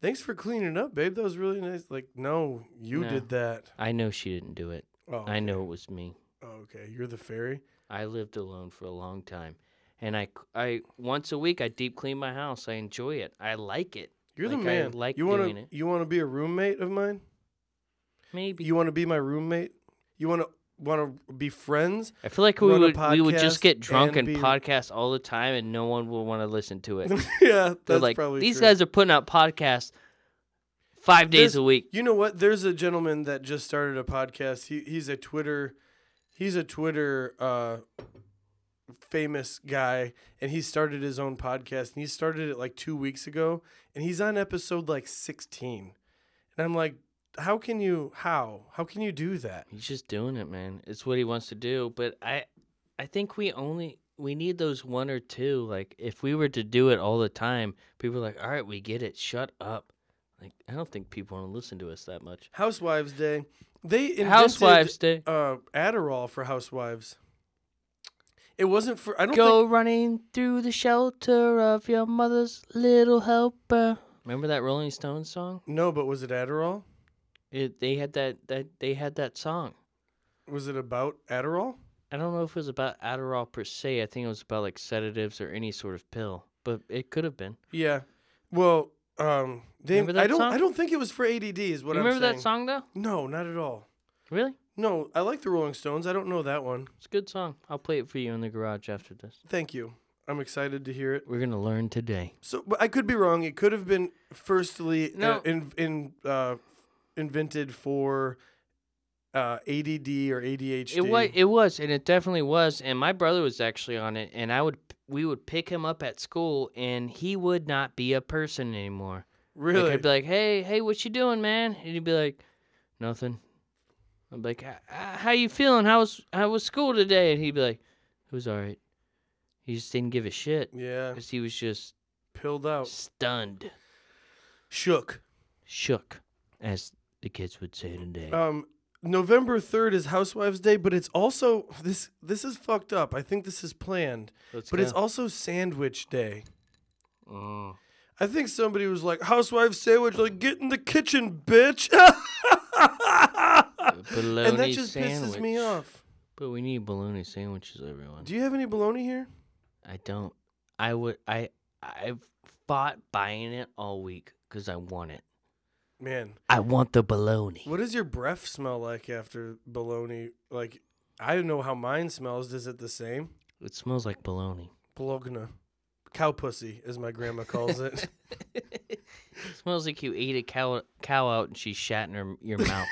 [SPEAKER 2] thanks for cleaning up, babe. That was really nice. Like, no, you
[SPEAKER 1] No.
[SPEAKER 2] did that.
[SPEAKER 1] I know she didn't do it.
[SPEAKER 2] Oh
[SPEAKER 1] I know it was me.
[SPEAKER 2] oh, okay. You're the fairy.
[SPEAKER 1] I lived alone for a long time, and I, I once a week I deep clean my house. I enjoy it. I like it.
[SPEAKER 2] You're the
[SPEAKER 1] Like, I
[SPEAKER 2] man.
[SPEAKER 1] like
[SPEAKER 2] you wanna
[SPEAKER 1] doing it.
[SPEAKER 2] you wanna be a roommate of mine?
[SPEAKER 1] Maybe
[SPEAKER 2] You wanna be my roommate? You wanna wanna be friends?
[SPEAKER 1] I feel like we
[SPEAKER 2] run a
[SPEAKER 1] would we would just
[SPEAKER 2] podcast
[SPEAKER 1] get drunk
[SPEAKER 2] and
[SPEAKER 1] and,
[SPEAKER 2] be-
[SPEAKER 1] podcast all the time, and no one would want to listen to it.
[SPEAKER 2] yeah,
[SPEAKER 1] They're
[SPEAKER 2] that's
[SPEAKER 1] like
[SPEAKER 2] probably
[SPEAKER 1] these
[SPEAKER 2] true.
[SPEAKER 1] guys are putting out podcasts five days
[SPEAKER 2] There's-
[SPEAKER 1] a week.
[SPEAKER 2] You know what? There's a gentleman that just started a podcast. He he's a Twitter, he's a Twitter uh, famous guy, and he started his own podcast. And he started it like two weeks ago, and he's on episode like 16. And I'm like, how can you? How how can you do that?
[SPEAKER 1] He's just doing it, man. It's what he wants to do. But I, I think we only we need those one or two. Like if we were to do it all the time, people are like, "All right, we get it. Shut up." Like I don't think people want to listen to us that much.
[SPEAKER 2] Housewives Day. They invented,
[SPEAKER 1] Housewives Day.
[SPEAKER 2] uh, Adderall for housewives. It wasn't for I don't
[SPEAKER 1] Go
[SPEAKER 2] think
[SPEAKER 1] running through the shelter of your mother's little helper. Remember that Rolling Stones song?
[SPEAKER 2] no, but was it Adderall?
[SPEAKER 1] It, they had that that they had that song.
[SPEAKER 2] Was it about Adderall?
[SPEAKER 1] I don't know if it was about Adderall per se. I think it was about like sedatives or any sort of pill, but it could have been.
[SPEAKER 2] Yeah. Well, um, they,
[SPEAKER 1] Remember that
[SPEAKER 2] I don't.
[SPEAKER 1] song?
[SPEAKER 2] I don't think it was for ADD. Is what
[SPEAKER 1] you
[SPEAKER 2] I'm
[SPEAKER 1] remember
[SPEAKER 2] saying.
[SPEAKER 1] that song though?
[SPEAKER 2] No, not at all.
[SPEAKER 1] Really?
[SPEAKER 2] No, I like the Rolling Stones. I don't know that one.
[SPEAKER 1] It's a good song. I'll play it for you in the garage after this.
[SPEAKER 2] Thank you. I'm excited to hear it.
[SPEAKER 1] We're gonna learn today.
[SPEAKER 2] So, but I could be wrong. It could have been firstly uh,
[SPEAKER 1] No.
[SPEAKER 2] in in uh, invented for uh, ADD or ADHD.
[SPEAKER 1] It was, it was, and it definitely was. And my brother was actually on it, and I would, we would pick him up at school, and he would not be a person anymore. Like,
[SPEAKER 2] really.
[SPEAKER 1] I'd be like, "Hey, hey, what you doing, man?" And he'd be like, "Nothing." I'd be like, "H- h- "How you feeling? How was how was school today?" And he'd be like, "It was all right." He just didn't give a shit
[SPEAKER 2] yeah, Oh.
[SPEAKER 1] because he was just
[SPEAKER 2] pilled out,
[SPEAKER 1] stunned,
[SPEAKER 2] shook.
[SPEAKER 1] shook, as the kids would say today.
[SPEAKER 2] Um, November third is Housewives Day, but it's also this. This is fucked up. I think this is planned,
[SPEAKER 1] Let's
[SPEAKER 2] but it's
[SPEAKER 1] go.
[SPEAKER 2] also Sandwich Day.
[SPEAKER 1] Mm.
[SPEAKER 2] I think somebody was like, "Housewife sandwich, like get in the kitchen, bitch."
[SPEAKER 1] bologna
[SPEAKER 2] and that just pisses me
[SPEAKER 1] sandwich.
[SPEAKER 2] off.
[SPEAKER 1] But we need bologna sandwiches, everyone.
[SPEAKER 2] Do you have any bologna here?
[SPEAKER 1] I don't. I would. I. I've fought buying it all week because I want it.
[SPEAKER 2] Man,
[SPEAKER 1] I want the bologna.
[SPEAKER 2] what does your breath smell like after bologna? Like, I don't know how mine smells. Is it the same?
[SPEAKER 1] It smells like bologna.
[SPEAKER 2] Bologna. Cow pussy, as my grandma calls it.
[SPEAKER 1] it smells like you ate a cow cow out and she shat in her, your mouth.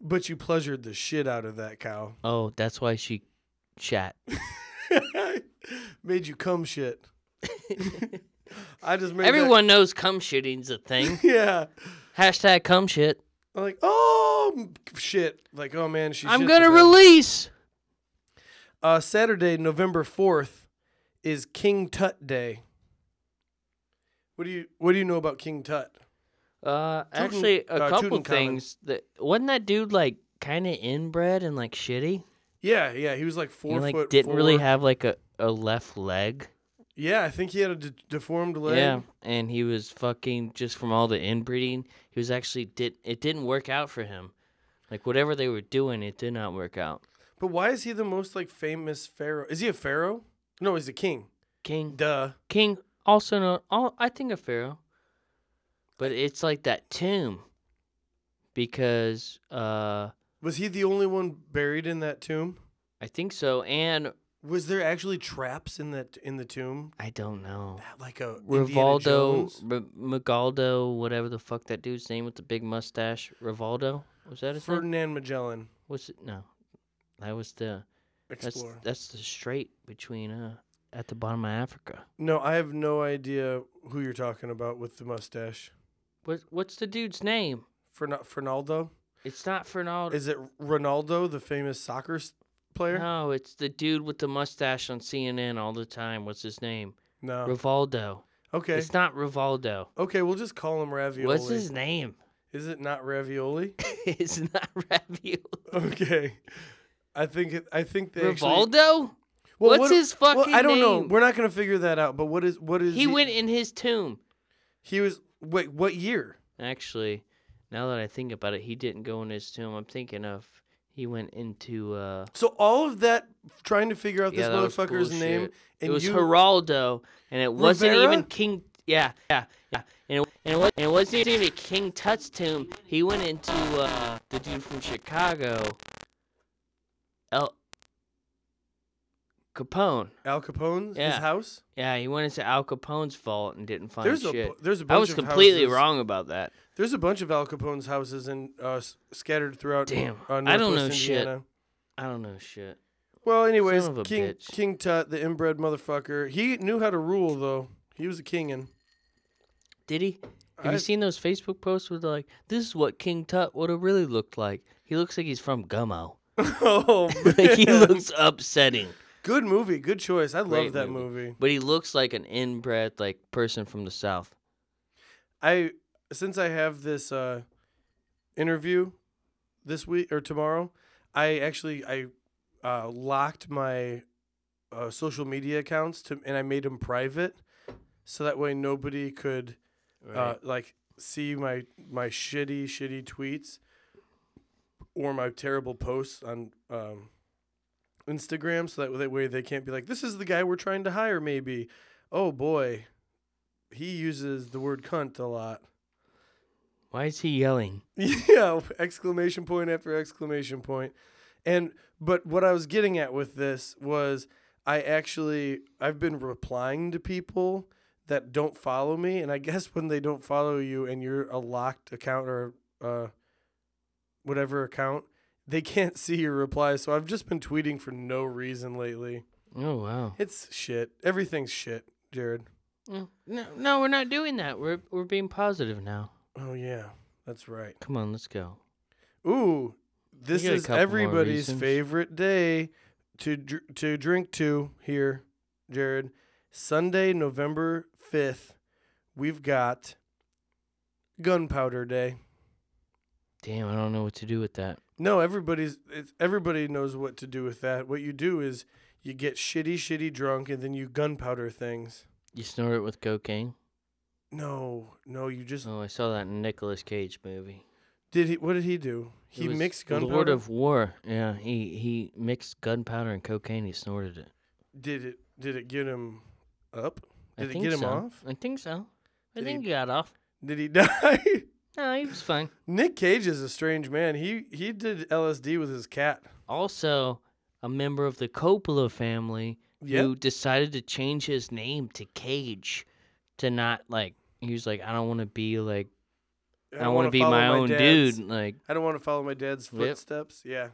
[SPEAKER 2] but you pleasured the shit out of that cow.
[SPEAKER 1] oh, that's why she shat.
[SPEAKER 2] made you cum shit. I just made that-
[SPEAKER 1] Everyone knows cum shitting's a thing.
[SPEAKER 2] yeah.
[SPEAKER 1] Hashtag cum shit.
[SPEAKER 2] I'm like, oh m- shit! Like, oh man, she.
[SPEAKER 1] I'm
[SPEAKER 2] shit
[SPEAKER 1] gonna
[SPEAKER 2] the bed.
[SPEAKER 1] release.
[SPEAKER 2] Uh, Saturday, November fourth, is King Tut Day. What do you What do you know about King Tut?
[SPEAKER 1] Uh, actually, a
[SPEAKER 2] uh,
[SPEAKER 1] couple
[SPEAKER 2] Tutankhamun.
[SPEAKER 1] things. That wasn't that dude like kind of inbred and like shitty.
[SPEAKER 2] Yeah, yeah, he was like four
[SPEAKER 1] He like
[SPEAKER 2] foot.
[SPEAKER 1] didn't really
[SPEAKER 2] four.
[SPEAKER 1] have like a, a left leg.
[SPEAKER 2] Yeah, I think he had a de- deformed leg.
[SPEAKER 1] Yeah, and he was fucking just from all the inbreeding. He was actually did it didn't work out for him. Like whatever they were doing, it did not work out.
[SPEAKER 2] But why is he the most like famous pharaoh? Is he a pharaoh? No, he's a king.
[SPEAKER 1] King
[SPEAKER 2] Duh.
[SPEAKER 1] King also known all I think of Pharaoh. But it's like that tomb because uh
[SPEAKER 2] Was he the only one buried in that tomb?
[SPEAKER 1] I think so and
[SPEAKER 2] Was there actually traps in that in the tomb?
[SPEAKER 1] I don't know.
[SPEAKER 2] Like a Indiana
[SPEAKER 1] Rivaldo
[SPEAKER 2] Jones?
[SPEAKER 1] R- Magaldo, whatever the fuck that dude's name with the big mustache, Rivaldo? Was that his name?
[SPEAKER 2] Ferdinand Magellan
[SPEAKER 1] What's it? No, that was the that's
[SPEAKER 2] explorer.
[SPEAKER 1] that's the strait between uh at the bottom of Africa.
[SPEAKER 2] No, I have no idea who you're talking about with the mustache.
[SPEAKER 1] What what's the dude's name?
[SPEAKER 2] Fern- Fernaldo?
[SPEAKER 1] It's not Fernaldo.
[SPEAKER 2] Is it Ronaldo, the famous soccer s- player?
[SPEAKER 1] no, it's the dude with the mustache on CNN all the time. What's his name?
[SPEAKER 2] No.
[SPEAKER 1] Rivaldo.
[SPEAKER 2] Oh. Okay.
[SPEAKER 1] It's not Rivaldo.
[SPEAKER 2] Okay, we'll just call him Ravioli.
[SPEAKER 1] What's his name?
[SPEAKER 2] Is it not Ravioli?
[SPEAKER 1] it's not Ravioli.
[SPEAKER 2] okay. I think it, I think they actually-
[SPEAKER 1] Rivaldo?
[SPEAKER 2] Well,
[SPEAKER 1] What's
[SPEAKER 2] what-
[SPEAKER 1] his fucking
[SPEAKER 2] well, I don't know.
[SPEAKER 1] name?
[SPEAKER 2] We're not going to figure that out, but what is what is
[SPEAKER 1] He went in his tomb.
[SPEAKER 2] He was wait, what year?
[SPEAKER 1] Actually, now that I think about it, he didn't go in his tomb. I'm thinking of he went into uh
[SPEAKER 2] So all of that trying to figure out
[SPEAKER 1] Yeah, that was
[SPEAKER 2] this motherfucker's name
[SPEAKER 1] bullshit.
[SPEAKER 2] and
[SPEAKER 1] it was
[SPEAKER 2] you
[SPEAKER 1] Geraldo, and it wasn't
[SPEAKER 2] Rivera?
[SPEAKER 1] even King. Yeah, yeah, yeah. And it, and, it was, and it wasn't even King Tut's tomb. He went into uh, the dude from Chicago, El Capone.
[SPEAKER 2] Al Capone's his
[SPEAKER 1] Yeah.
[SPEAKER 2] house?
[SPEAKER 1] Yeah, he went into Al Capone's vault and didn't find
[SPEAKER 2] There's a
[SPEAKER 1] shit.
[SPEAKER 2] bu- there's a
[SPEAKER 1] I
[SPEAKER 2] bunch
[SPEAKER 1] was
[SPEAKER 2] of
[SPEAKER 1] completely
[SPEAKER 2] houses-
[SPEAKER 1] wrong about that.
[SPEAKER 2] There's a bunch of Al Capone's houses in uh, s- scattered throughout.
[SPEAKER 1] Damn, I
[SPEAKER 2] uh,
[SPEAKER 1] don't know
[SPEAKER 2] Northwest
[SPEAKER 1] shit.
[SPEAKER 2] Indiana.
[SPEAKER 1] I don't know shit.
[SPEAKER 2] Well, anyways,
[SPEAKER 1] Son of a
[SPEAKER 2] King
[SPEAKER 1] bitch.
[SPEAKER 2] King Tut, the inbred motherfucker, he knew how to rule though. He was a kingin.
[SPEAKER 1] Did he? Have
[SPEAKER 2] I-
[SPEAKER 1] you seen those Facebook posts with like, this is what King Tut would have really looked like? He looks like he's from Gummo.
[SPEAKER 2] oh,
[SPEAKER 1] like he
[SPEAKER 2] man.
[SPEAKER 1] looks upsetting.
[SPEAKER 2] good movie, good choice. I love
[SPEAKER 1] Great
[SPEAKER 2] that
[SPEAKER 1] movie.
[SPEAKER 2] movie.
[SPEAKER 1] But he looks like an inbred like person from the south.
[SPEAKER 2] I since I have this uh, interview this week or tomorrow, I actually I uh, locked my uh, social media accounts to and I made them private, so that way nobody could uh, like see my my shitty shitty tweets or my terrible posts on um, Instagram, so that, that way they can't be like, this is the guy we're trying to hire, maybe. Oh boy, he uses the word cunt a lot.
[SPEAKER 1] Why is he yelling?
[SPEAKER 2] Yeah, exclamation point after exclamation point. And but what I was getting at with this was I actually I've been replying to people that don't follow me and I guess when they don't follow you and you're a locked account or uh whatever account, they can't see your replies. So I've just been tweeting for no reason lately.
[SPEAKER 1] Oh wow.
[SPEAKER 2] It's shit. Everything's shit, Jared.
[SPEAKER 1] Mm, No, no, we're not doing that. We're we're being positive now.
[SPEAKER 2] Oh yeah, that's right.
[SPEAKER 1] Come on, let's go.
[SPEAKER 2] Ooh, this
[SPEAKER 1] got a
[SPEAKER 2] is
[SPEAKER 1] couple more
[SPEAKER 2] everybody's
[SPEAKER 1] reasons.
[SPEAKER 2] favorite day to dr- to drink to here, Jared. Sunday, November fifth, we've got Gunpowder Day.
[SPEAKER 1] Damn, I don't know what to do with that.
[SPEAKER 2] No, everybody's it's, everybody knows what to do with that. What you do is you get shitty, shitty drunk, and then you gunpowder things.
[SPEAKER 1] You snort it with cocaine?
[SPEAKER 2] No, no, you just
[SPEAKER 1] Oh, I saw that in Nicolas Cage movie.
[SPEAKER 2] Did he? What did he do?
[SPEAKER 1] It
[SPEAKER 2] He
[SPEAKER 1] was
[SPEAKER 2] mixed
[SPEAKER 1] the
[SPEAKER 2] gunpowder.
[SPEAKER 1] Lord of War. Yeah, he he mixed gunpowder and cocaine. He snorted it.
[SPEAKER 2] did it? Did it get him up?
[SPEAKER 1] I
[SPEAKER 2] Did it
[SPEAKER 1] think
[SPEAKER 2] get him
[SPEAKER 1] so.
[SPEAKER 2] off?
[SPEAKER 1] I think so. I
[SPEAKER 2] Did he-
[SPEAKER 1] think he got off.
[SPEAKER 2] Did he die?
[SPEAKER 1] No, he was fine.
[SPEAKER 2] Nick Cage is a strange man. He he did LSD with his cat.
[SPEAKER 1] Also, a member of the Coppola family
[SPEAKER 2] Yep.
[SPEAKER 1] who decided to change his name to Cage to not like he was like I don't want to be like I, want
[SPEAKER 2] wanna
[SPEAKER 1] to be
[SPEAKER 2] follow
[SPEAKER 1] my own
[SPEAKER 2] dad's-
[SPEAKER 1] dude like
[SPEAKER 2] I don't want to follow my dad's
[SPEAKER 1] Yep.
[SPEAKER 2] footsteps. Yeah.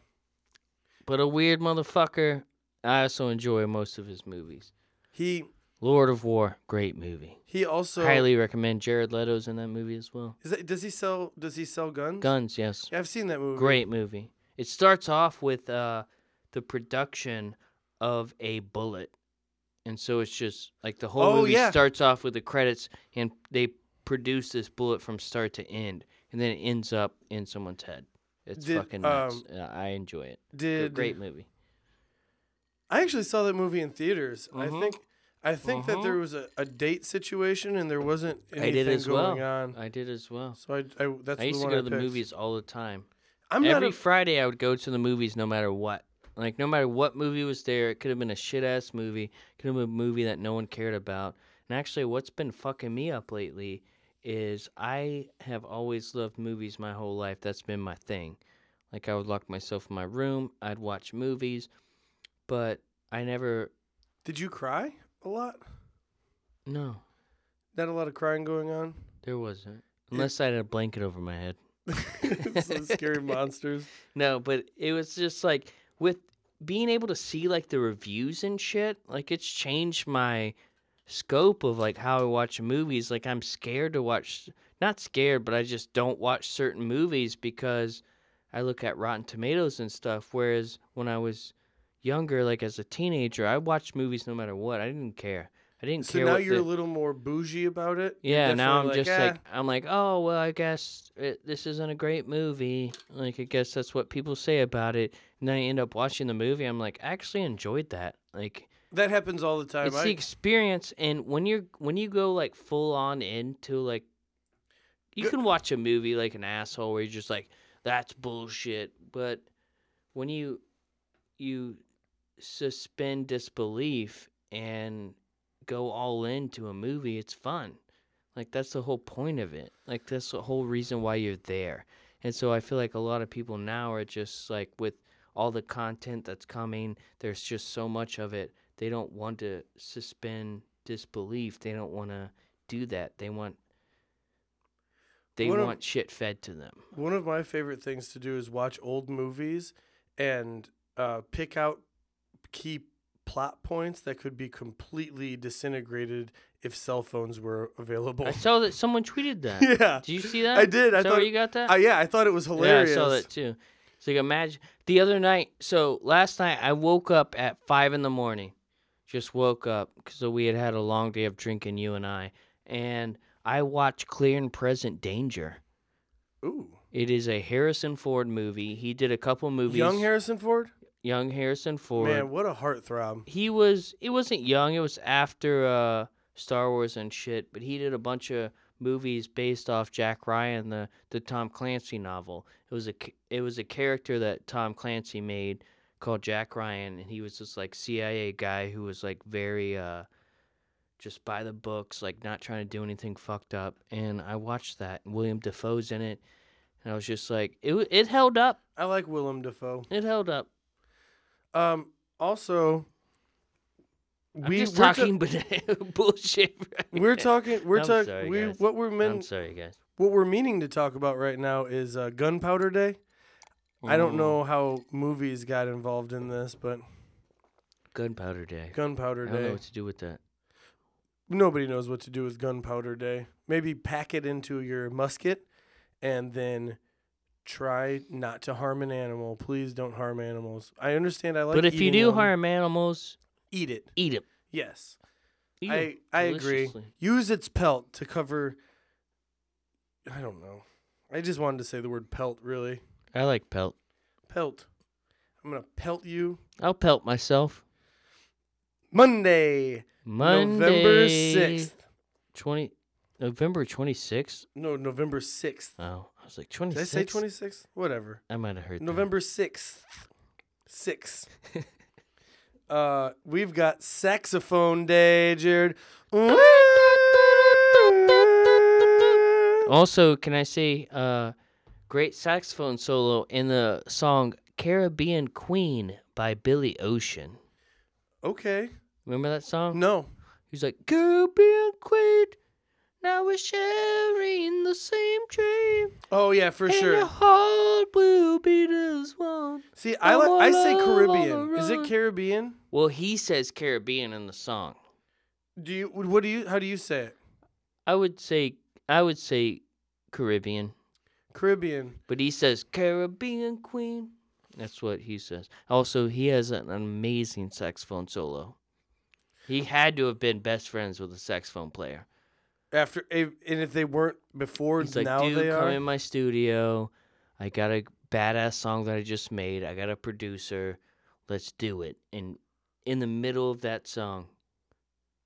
[SPEAKER 1] but a weird motherfucker. I also enjoy most of his movies.
[SPEAKER 2] He
[SPEAKER 1] Lord of War, great movie.
[SPEAKER 2] he also
[SPEAKER 1] Highly recommend Jared Leto's in that movie as well.
[SPEAKER 2] Is that, does he sell does he sell guns?
[SPEAKER 1] Guns, yes.
[SPEAKER 2] Yeah, I've seen that movie.
[SPEAKER 1] Great movie. It starts off with uh, the production of a bullet, and so it's just like the whole
[SPEAKER 2] Oh,
[SPEAKER 1] movie
[SPEAKER 2] yeah.
[SPEAKER 1] starts off with the credits, and they produce this bullet from start to end, and then it ends up in someone's head. It's
[SPEAKER 2] Did,
[SPEAKER 1] fucking nuts.
[SPEAKER 2] um,
[SPEAKER 1] Yeah, I enjoy it. G-
[SPEAKER 2] Did
[SPEAKER 1] Great movie.
[SPEAKER 2] I actually saw that movie in theaters. I
[SPEAKER 1] Mhm.
[SPEAKER 2] think I think that there was a, a date situation and there wasn't anything
[SPEAKER 1] Mm-hmm. I did as well.
[SPEAKER 2] going on.
[SPEAKER 1] I did as well.
[SPEAKER 2] So I, I that's
[SPEAKER 1] I used
[SPEAKER 2] the
[SPEAKER 1] to
[SPEAKER 2] one
[SPEAKER 1] go
[SPEAKER 2] I
[SPEAKER 1] to the
[SPEAKER 2] picked.
[SPEAKER 1] movies all the time.
[SPEAKER 2] I'm not
[SPEAKER 1] Every
[SPEAKER 2] a,
[SPEAKER 1] Friday, I would go to the movies no matter what. Like, no matter what movie was there, it could have been a shit ass movie, could have been a movie that no one cared about. And actually, what's been fucking me up lately is I have always loved movies my whole life. That's been my thing. Like, I would lock myself in my room, I'd watch movies, but I never.
[SPEAKER 2] Did you cry a lot?
[SPEAKER 1] No,
[SPEAKER 2] Not a lot of crying going on.
[SPEAKER 1] there wasn't. Unless I had a blanket over my head.
[SPEAKER 2] Some scary monsters.
[SPEAKER 1] No, but it was just like with being able to see like the reviews and shit, like it's changed my scope of like how I watch movies. Like I'm scared to watch not scared, but I just don't watch certain movies because I look at Rotten Tomatoes and stuff whereas when I was younger like as a teenager, I watched movies no matter what. I didn't care. I didn't
[SPEAKER 2] So
[SPEAKER 1] care
[SPEAKER 2] now
[SPEAKER 1] what
[SPEAKER 2] you're
[SPEAKER 1] the-
[SPEAKER 2] a little more bougie about it. You're
[SPEAKER 1] yeah, now I'm
[SPEAKER 2] definitely
[SPEAKER 1] just
[SPEAKER 2] "Ah,
[SPEAKER 1] like I'm like, oh well, I guess it, this isn't a great movie. Like I guess that's what people say about it. And then I end up watching the movie. I'm like, I actually enjoyed that. Like
[SPEAKER 2] that happens all the time.
[SPEAKER 1] it's
[SPEAKER 2] I-
[SPEAKER 1] the experience. And when you're when you go like full on into like, you
[SPEAKER 2] Go-
[SPEAKER 1] can watch a movie like an asshole where you're just like, that's bullshit. But when you you suspend disbelief and go all into a movie, it's fun. Like that's the whole point of it. Like that's the whole reason why you're there. And so I feel like a lot of people now are just like with all the content that's coming, there's just so much of it. They don't want to suspend disbelief. They don't want to do that. They want they
[SPEAKER 2] One of-
[SPEAKER 1] want shit fed to them.
[SPEAKER 2] One of my favorite things to do is watch old movies and uh, pick out key plot points that could be completely disintegrated if cell phones were available.
[SPEAKER 1] I saw that someone tweeted that.
[SPEAKER 2] Oh. yeah,
[SPEAKER 1] Did you see that?
[SPEAKER 2] I did. I
[SPEAKER 1] Is that where
[SPEAKER 2] thought-
[SPEAKER 1] you got that?
[SPEAKER 2] Uh, yeah, I thought it was hilarious.
[SPEAKER 1] Yeah, I saw that too. It's like imagine the other night. So last night I woke up at five in the morning. Just woke up because we had had a long day of drinking, you and I. And I watched Clear and Present Danger.
[SPEAKER 2] Ooh,
[SPEAKER 1] It is a Harrison Ford movie. He did a couple movies.
[SPEAKER 2] young Harrison Ford.
[SPEAKER 1] young Harrison Ford.
[SPEAKER 2] Man, what a heartthrob.
[SPEAKER 1] He was. It wasn't young. It was after uh, Star Wars and shit. But he did a bunch of movies based off Jack Ryan, the the Tom Clancy novel. It was a c- it was a character that Tom Clancy made called Jack Ryan, and he was this like CIA guy who was like very uh, just by the books, like not trying to do anything fucked up. And I watched that. and William Defoe's in it, and I was just like, it w- it held up.
[SPEAKER 2] I like Willem Dafoe.
[SPEAKER 1] It held up.
[SPEAKER 2] Um, also,
[SPEAKER 1] I'm
[SPEAKER 2] we
[SPEAKER 1] just
[SPEAKER 2] we're, ta-
[SPEAKER 1] talking but bullshit. right
[SPEAKER 2] we're talking. We're
[SPEAKER 1] I'm
[SPEAKER 2] talking.
[SPEAKER 1] sorry,
[SPEAKER 2] We
[SPEAKER 1] guys.
[SPEAKER 2] what we're
[SPEAKER 1] I'm
[SPEAKER 2] meant.
[SPEAKER 1] sorry, guys.
[SPEAKER 2] What we're meaning to talk about right now is uh, Gunpowder Day. I
[SPEAKER 1] Mm.
[SPEAKER 2] don't know how movies got involved in this, but
[SPEAKER 1] Gunpowder Day.
[SPEAKER 2] Gunpowder
[SPEAKER 1] I don't know
[SPEAKER 2] Day.
[SPEAKER 1] what to do with that.
[SPEAKER 2] Nobody knows what to do with Gunpowder Day. Maybe pack it into your musket and then try not to harm an animal. Please don't harm animals. I understand I like
[SPEAKER 1] but if you
[SPEAKER 2] eating
[SPEAKER 1] do
[SPEAKER 2] them.
[SPEAKER 1] harm animals,
[SPEAKER 2] eat it.
[SPEAKER 1] eat them.
[SPEAKER 2] Yes. I I agree.
[SPEAKER 1] Deliciously.
[SPEAKER 2] Use its pelt to cover I don't know. I just wanted to say the word pelt really.
[SPEAKER 1] I like pelt.
[SPEAKER 2] Pelt. I'm going to pelt you
[SPEAKER 1] I'll pelt myself.
[SPEAKER 2] Monday,
[SPEAKER 1] Monday,
[SPEAKER 2] November 6th.
[SPEAKER 1] Twenty, November twenty sixth.
[SPEAKER 2] No, November 6th.
[SPEAKER 1] Oh, I was like twenty
[SPEAKER 2] Did I
[SPEAKER 1] six.
[SPEAKER 2] say 26th? Whatever.
[SPEAKER 1] I might have heard that.
[SPEAKER 2] November 6th. 6. uh, we've got Saxophone Day, Jared.
[SPEAKER 1] Also, can I say uh, great saxophone solo in the song Caribbean Queen by Billy Ocean.
[SPEAKER 2] Okay.
[SPEAKER 1] Remember that song?
[SPEAKER 2] No.
[SPEAKER 1] He's like Caribbean Queen. Now we're sharing the same dream.
[SPEAKER 2] Oh, yeah, for
[SPEAKER 1] and your
[SPEAKER 2] sure.
[SPEAKER 1] heart will be this one.
[SPEAKER 2] See, I,
[SPEAKER 1] I'm
[SPEAKER 2] li- I
[SPEAKER 1] on
[SPEAKER 2] say
[SPEAKER 1] love on the
[SPEAKER 2] Caribbean. Is it
[SPEAKER 1] run.
[SPEAKER 2] Caribbean?
[SPEAKER 1] Well, he says Caribbean in the song.
[SPEAKER 2] Do you, what do you, how do you say it?
[SPEAKER 1] I would say I would say Caribbean,
[SPEAKER 2] Caribbean.
[SPEAKER 1] but he says Caribbean Queen. That's what he says. Also, he has an amazing saxophone solo. He had to have been best friends with a saxophone player.
[SPEAKER 2] After, if- and if they weren't before,
[SPEAKER 1] He's like,
[SPEAKER 2] now they
[SPEAKER 1] dude, come
[SPEAKER 2] are.
[SPEAKER 1] in my studio. I got a badass song that I just made. I got a producer. Let's do it. And in the middle of that song,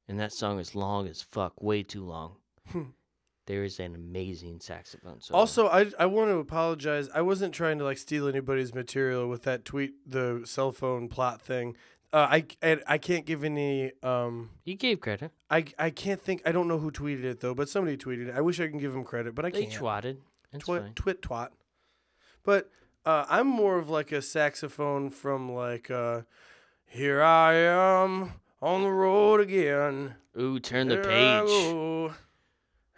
[SPEAKER 1] and that song is long as fuck, way too long. there is an amazing saxophone solo.
[SPEAKER 2] Hmm. Also, I I want to apologize. I wasn't trying to like steal anybody's material with that tweet, the cell phone plot thing. Uh, I and I can't give any. Um,
[SPEAKER 1] you gave credit.
[SPEAKER 2] I I can't think. I don't know who tweeted it though, but somebody tweeted it. I wish I can give him credit, but I
[SPEAKER 1] They
[SPEAKER 2] can't.
[SPEAKER 1] twatted. That's
[SPEAKER 2] Twit
[SPEAKER 1] fine.
[SPEAKER 2] twit twat. But uh, I'm more of like a saxophone from like uh, here I am on the road again.
[SPEAKER 1] Ooh, turn the
[SPEAKER 2] Here I
[SPEAKER 1] page.
[SPEAKER 2] go.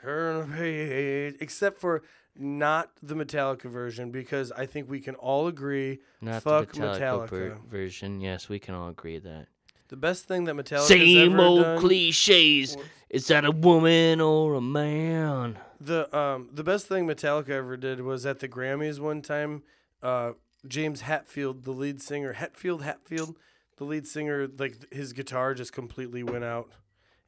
[SPEAKER 2] Turn the page. Except for not the Metallica version because I think we can all agree
[SPEAKER 1] Not
[SPEAKER 2] fuck
[SPEAKER 1] the Metallica, ver-
[SPEAKER 2] Metallica.
[SPEAKER 1] version. Yes, we can all agree that.
[SPEAKER 2] the best thing that Metallica's
[SPEAKER 1] Same
[SPEAKER 2] ever
[SPEAKER 1] old
[SPEAKER 2] done.
[SPEAKER 1] cliches. Is that a woman or a man?
[SPEAKER 2] the um the best thing Metallica ever did was at the Grammys one time. Uh, James Hatfield, the lead singer, Hatfield, Hatfield, the lead singer, like his guitar just completely went out,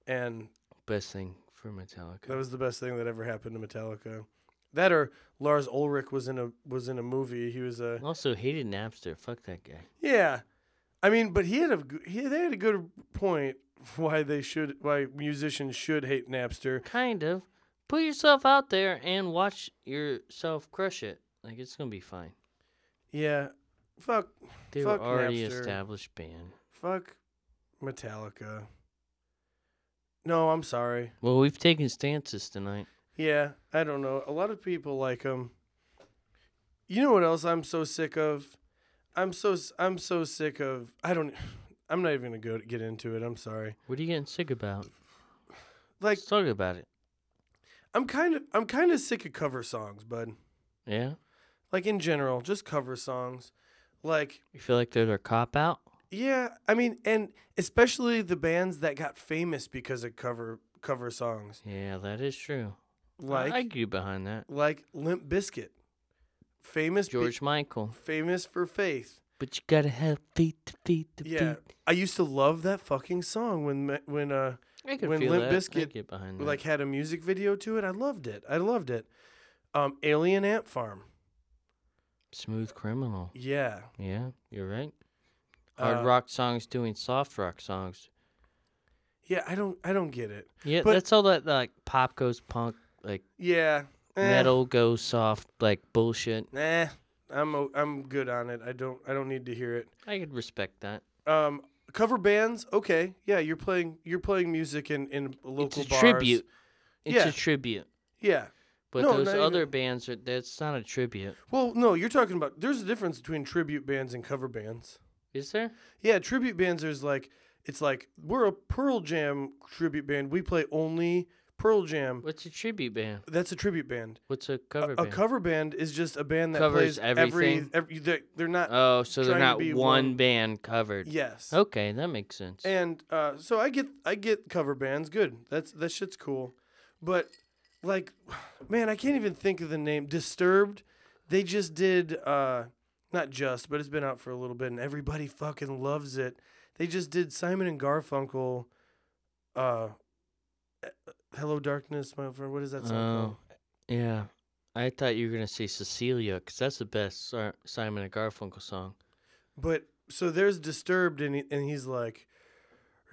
[SPEAKER 2] and
[SPEAKER 1] Best thing for Metallica.
[SPEAKER 2] That was the best thing that ever happened to Metallica. That or Lars Ulrich was in a was in a movie. He was a
[SPEAKER 1] Also hated Napster. Fuck that guy.
[SPEAKER 2] yeah. I mean, but he had a g- he, they had a good point why they should why musicians should hate Napster.
[SPEAKER 1] Kind of. Put yourself out there and watch yourself crush it. Like it's gonna be fine.
[SPEAKER 2] Yeah, fuck
[SPEAKER 1] They
[SPEAKER 2] Fuck
[SPEAKER 1] were already
[SPEAKER 2] Napster.
[SPEAKER 1] established band.
[SPEAKER 2] fuck Metallica. No, I'm sorry.
[SPEAKER 1] Well, we've taken stances tonight.
[SPEAKER 2] Yeah, I don't know. A lot of people like him. You know what else I'm so sick of? I'm so s- I'm so sick of. I don't. I'm not even gonna go get into it. I'm sorry.
[SPEAKER 1] What are you getting sick about?
[SPEAKER 2] Like
[SPEAKER 1] Let's talk about it.
[SPEAKER 2] I'm kind of I'm kind of sick of cover songs, bud.
[SPEAKER 1] Yeah.
[SPEAKER 2] Like in general, just cover songs. Like
[SPEAKER 1] You feel like they're their cop out?
[SPEAKER 2] yeah, I mean, and especially the bands that got famous because of cover cover songs,
[SPEAKER 1] Yeah, that is true.
[SPEAKER 2] like
[SPEAKER 1] Uh, I get behind that.
[SPEAKER 2] like Limp Bizkit, famous be-
[SPEAKER 1] George Michael.
[SPEAKER 2] famous for Faith.
[SPEAKER 1] But you gotta have feet to feet to
[SPEAKER 2] Yeah,
[SPEAKER 1] feet.
[SPEAKER 2] I used to love that fucking song when ma- when uh
[SPEAKER 1] I could
[SPEAKER 2] When
[SPEAKER 1] feel
[SPEAKER 2] Limp
[SPEAKER 1] that. I
[SPEAKER 2] Bizkit,
[SPEAKER 1] get behind that.
[SPEAKER 2] like had a music video to it. I loved it. I loved it. Um, Alien Ant Farm.
[SPEAKER 1] Smooth criminal.
[SPEAKER 2] Yeah.
[SPEAKER 1] Yeah, you're right. Hard
[SPEAKER 2] Uh,
[SPEAKER 1] rock songs doing soft rock songs.
[SPEAKER 2] Yeah, I don't I don't get it.
[SPEAKER 1] Yeah,
[SPEAKER 2] but-
[SPEAKER 1] that's all that like pop goes punk, like
[SPEAKER 2] Yeah. eh.
[SPEAKER 1] metal goes soft, like bullshit.
[SPEAKER 2] Nah, I'm o- I'm good on it. I don't I don't need to hear it.
[SPEAKER 1] I could respect that.
[SPEAKER 2] Um, cover bands, okay, yeah, you're playing you're playing music in in local
[SPEAKER 1] It's a
[SPEAKER 2] bars.
[SPEAKER 1] tribute. It's
[SPEAKER 2] Yeah.
[SPEAKER 1] a tribute.
[SPEAKER 2] Yeah.
[SPEAKER 1] But
[SPEAKER 2] No,
[SPEAKER 1] those
[SPEAKER 2] not
[SPEAKER 1] other bands are that's not a tribute.
[SPEAKER 2] Well, no, you're talking about there's a difference between tribute bands and cover bands.
[SPEAKER 1] Is there?
[SPEAKER 2] Yeah, tribute bands is like it's like we're a Pearl Jam tribute band. We play only Pearl Jam.
[SPEAKER 1] What's a tribute band?
[SPEAKER 2] That's a tribute band.
[SPEAKER 1] What's a
[SPEAKER 2] A-
[SPEAKER 1] cover
[SPEAKER 2] a,
[SPEAKER 1] band?
[SPEAKER 2] cover band is just a band that
[SPEAKER 1] Covers
[SPEAKER 2] plays every,
[SPEAKER 1] everything?
[SPEAKER 2] every they're, they're not
[SPEAKER 1] oh, so they're
[SPEAKER 2] trying to
[SPEAKER 1] not
[SPEAKER 2] be
[SPEAKER 1] one,
[SPEAKER 2] one-
[SPEAKER 1] band covered.
[SPEAKER 2] yes.
[SPEAKER 1] Oh, Okay, that makes sense.
[SPEAKER 2] And uh, so I get I get cover bands. Good. That's that shit's cool. But like man, I can't even think of the name. Disturbed. They just did uh not just, but it's been out for a little bit and everybody fucking loves it. They just did Simon and Garfunkel uh E-, Hello Darkness, my friend. What is that song called?
[SPEAKER 1] Oh, yeah. I thought you were gonna say Cecilia, 'cause that's the best Sar- Simon and Garfunkel song.
[SPEAKER 2] But so there's Disturbed and he, and he's like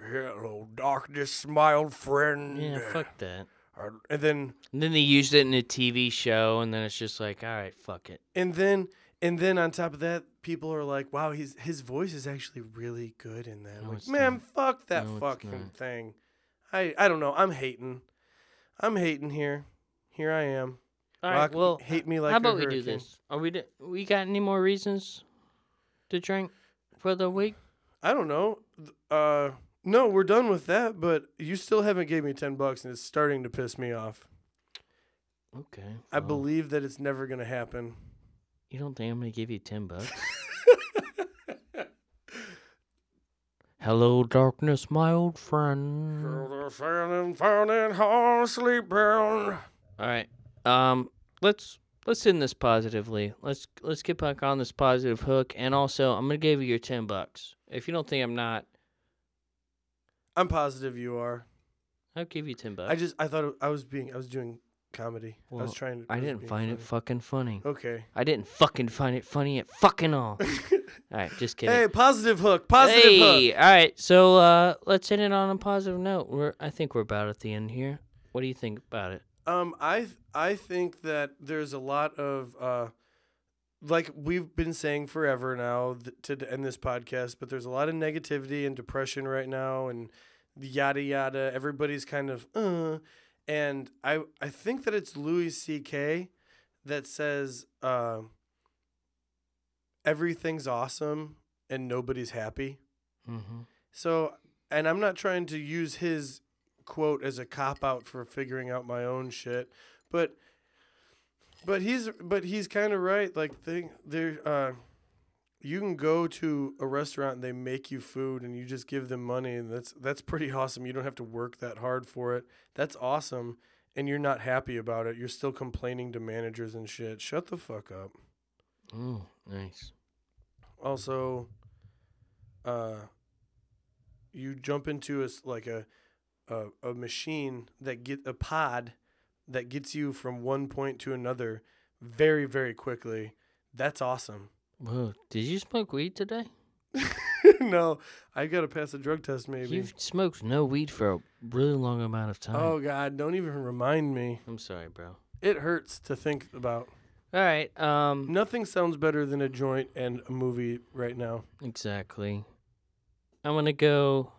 [SPEAKER 2] Hello Darkness, my old friend.
[SPEAKER 1] Yeah, fuck that.
[SPEAKER 2] "Ar-" and then
[SPEAKER 1] And then they used it in a TV show, and then it's just like, all right, fuck it.
[SPEAKER 2] and then and then on top of that, people are like, "Wow, his his voice is actually really good in that." I'm
[SPEAKER 1] No,
[SPEAKER 2] like,
[SPEAKER 1] it's
[SPEAKER 2] man, fuck that
[SPEAKER 1] No, it's
[SPEAKER 2] fucking
[SPEAKER 1] not.
[SPEAKER 2] thing. I I don't know. I'm hating. I'm hating here. Here I am.
[SPEAKER 1] All right,
[SPEAKER 2] Rock-
[SPEAKER 1] well,
[SPEAKER 2] hate me like
[SPEAKER 1] how
[SPEAKER 2] a
[SPEAKER 1] about we do
[SPEAKER 2] hurricane.
[SPEAKER 1] this? Are we d- we got any more reasons to drink for the week?
[SPEAKER 2] I don't know. Th- Uh, no, we're done with that. But you still haven't gave me ten bucks, and it's starting to piss me off.
[SPEAKER 1] Okay.
[SPEAKER 2] I
[SPEAKER 1] well,
[SPEAKER 2] believe that it's never gonna happen.
[SPEAKER 1] you don't think I'm gonna give you ten bucks? Hello, darkness, my old friend. All right. Um. Let's let's end this positively. Let's let's get back on this positive hook, and also I'm gonna give you your ten bucks. If you don't think I'm not,
[SPEAKER 2] I'm positive you are.
[SPEAKER 1] I'll give you ten bucks.
[SPEAKER 2] I just I thought it- I was being I was doing comedy. I
[SPEAKER 1] Well,
[SPEAKER 2] was trying. to
[SPEAKER 1] I
[SPEAKER 2] was
[SPEAKER 1] didn't
[SPEAKER 2] being
[SPEAKER 1] find it
[SPEAKER 2] funny.
[SPEAKER 1] fucking funny.
[SPEAKER 2] Okay.
[SPEAKER 1] I didn't fucking find it funny at fucking all. all right, just kidding.
[SPEAKER 2] Hey, positive hook. Positive hook.
[SPEAKER 1] Hey, all right. So uh, let's end it on a positive note. We're I think we're about at the end here. What do you think about it?
[SPEAKER 2] Um, I th- I think that there's a lot of uh, like we've been saying forever now th- to d- end this podcast, but there's a lot of negativity and depression right now, and yada yada. Everybody's kind of uh, and I I think that it's Louis C.K. that says uh, everything's awesome and nobody's happy.
[SPEAKER 1] Mm-hmm.
[SPEAKER 2] So, and I'm not trying to use his quote as a cop out for figuring out my own shit, but but he's but he's kind of right. Like they they uh you can go to a restaurant and they make you food and you just give them money and that's that's pretty awesome. You don't have to work that hard for it. That's awesome. And you're not happy about it. You're still complaining to managers and shit. Shut the fuck up.
[SPEAKER 1] Oh, nice.
[SPEAKER 2] also uh you jump into a s- like a a, a machine that get a pod that gets you from one point to another very very quickly that's awesome
[SPEAKER 1] Whoa, did you smoke weed today?
[SPEAKER 2] no i gotta pass a drug test maybe
[SPEAKER 1] You've smoked no weed for a really long amount of time.
[SPEAKER 2] oh god don't even remind me
[SPEAKER 1] I'm sorry, bro.
[SPEAKER 2] it hurts to think about
[SPEAKER 1] All right. Um.
[SPEAKER 2] nothing sounds better than a joint and a movie right now
[SPEAKER 1] Exactly. I'm gonna go.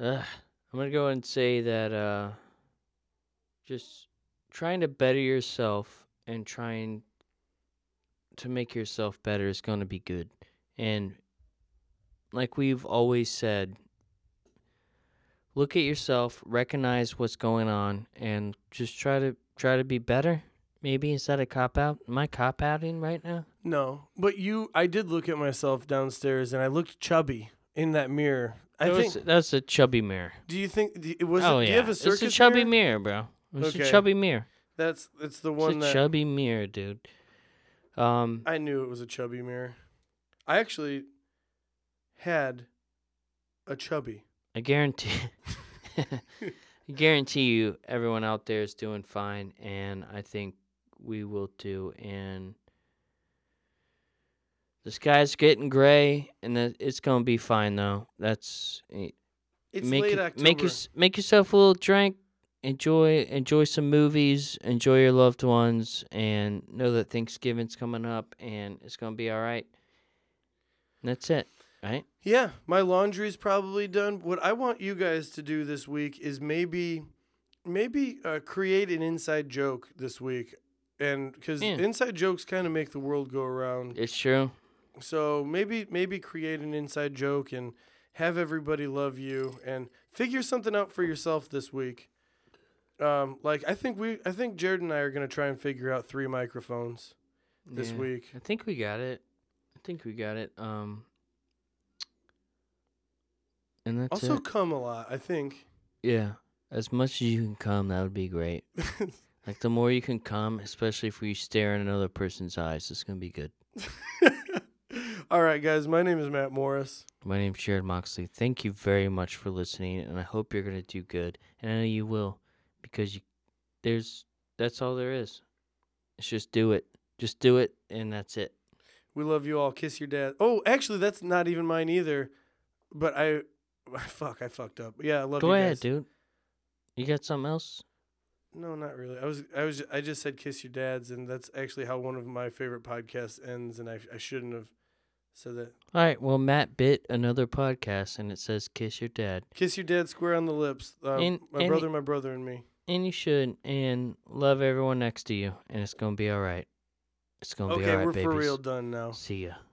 [SPEAKER 1] Ugh. I'm gonna go and say that uh, just trying to better yourself and trying to make yourself better is gonna be good. And like we've always said, look at yourself, recognize what's going on, and just try to try to be better. Maybe is that a cop out? Am I cop outing right now?
[SPEAKER 2] no but you i did look at myself downstairs and i looked chubby in that mirror i
[SPEAKER 1] That
[SPEAKER 2] think
[SPEAKER 1] was- that's a chubby mirror.
[SPEAKER 2] Do you think do you- was
[SPEAKER 1] oh
[SPEAKER 2] it?
[SPEAKER 1] yeah,
[SPEAKER 2] Do you have a circus?
[SPEAKER 1] it's a chubby
[SPEAKER 2] mirror?
[SPEAKER 1] mirror, bro. It's
[SPEAKER 2] Okay.
[SPEAKER 1] a chubby mirror.
[SPEAKER 2] That's it's the
[SPEAKER 1] It's
[SPEAKER 2] one
[SPEAKER 1] a
[SPEAKER 2] that
[SPEAKER 1] chubby mirror, dude. Um,
[SPEAKER 2] I knew it was a chubby mirror. I actually had a chubby.
[SPEAKER 1] I guarantee, I guarantee you, everyone out there is doing fine, and I think we will too. And the sky's getting gray, and that it's gonna be fine though. That's eh,
[SPEAKER 2] It's
[SPEAKER 1] make
[SPEAKER 2] late
[SPEAKER 1] it-
[SPEAKER 2] October.
[SPEAKER 1] Make, yours- make yourself a little drink. Enjoy enjoy some movies. Enjoy your loved ones, and know that Thanksgiving's coming up, and it's gonna be all right. And that's it, right?
[SPEAKER 2] Yeah, my laundry's probably done. What I want you guys to do this week is maybe, maybe uh, create an inside joke this week, and because
[SPEAKER 1] Yeah.
[SPEAKER 2] inside jokes kind of make the world go around.
[SPEAKER 1] It's true.
[SPEAKER 2] So maybe maybe create an inside joke and have everybody love you and figure something out for yourself this week. Um, like I think we I think Jared and I are gonna try and figure out three microphones this
[SPEAKER 1] Yeah.
[SPEAKER 2] week.
[SPEAKER 1] I think we got it. I think we got it. Um, and that's
[SPEAKER 2] also
[SPEAKER 1] it.
[SPEAKER 2] come a lot, I think.
[SPEAKER 1] Yeah, as much as you can come, that would be great. Like the more you can come, especially if we stare in another person's eyes, it's gonna be good.
[SPEAKER 2] All right, guys. My name is Matt Morris.
[SPEAKER 1] My name's Jared Moxley. Thank you very much for listening, and I hope you're gonna do good, and I know you will, because you, there's that's all there is. It's just do it, just do it, and that's it.
[SPEAKER 2] We love you all. Kiss your dad. Oh, actually, that's not even mine either. But I, fuck, I fucked up. Yeah, I love
[SPEAKER 1] Go
[SPEAKER 2] you
[SPEAKER 1] ahead,
[SPEAKER 2] guys.
[SPEAKER 1] dude. You got something else?
[SPEAKER 2] No, not really. I was I was I just said kiss your dads, and that's actually how one of my favorite podcasts ends, and I I shouldn't have said that.
[SPEAKER 1] All right. Well, Matt bit another podcast, and it says kiss your dad,
[SPEAKER 2] Kiss your dad square on the lips. Uh,
[SPEAKER 1] And-
[SPEAKER 2] my
[SPEAKER 1] and-
[SPEAKER 2] brother, my brother, and me.
[SPEAKER 1] and you should, and love everyone next to you, and it's gonna be all right. It's gonna be
[SPEAKER 2] Okay,
[SPEAKER 1] all right,
[SPEAKER 2] we're
[SPEAKER 1] Oh, babies.
[SPEAKER 2] for real done now.
[SPEAKER 1] See ya.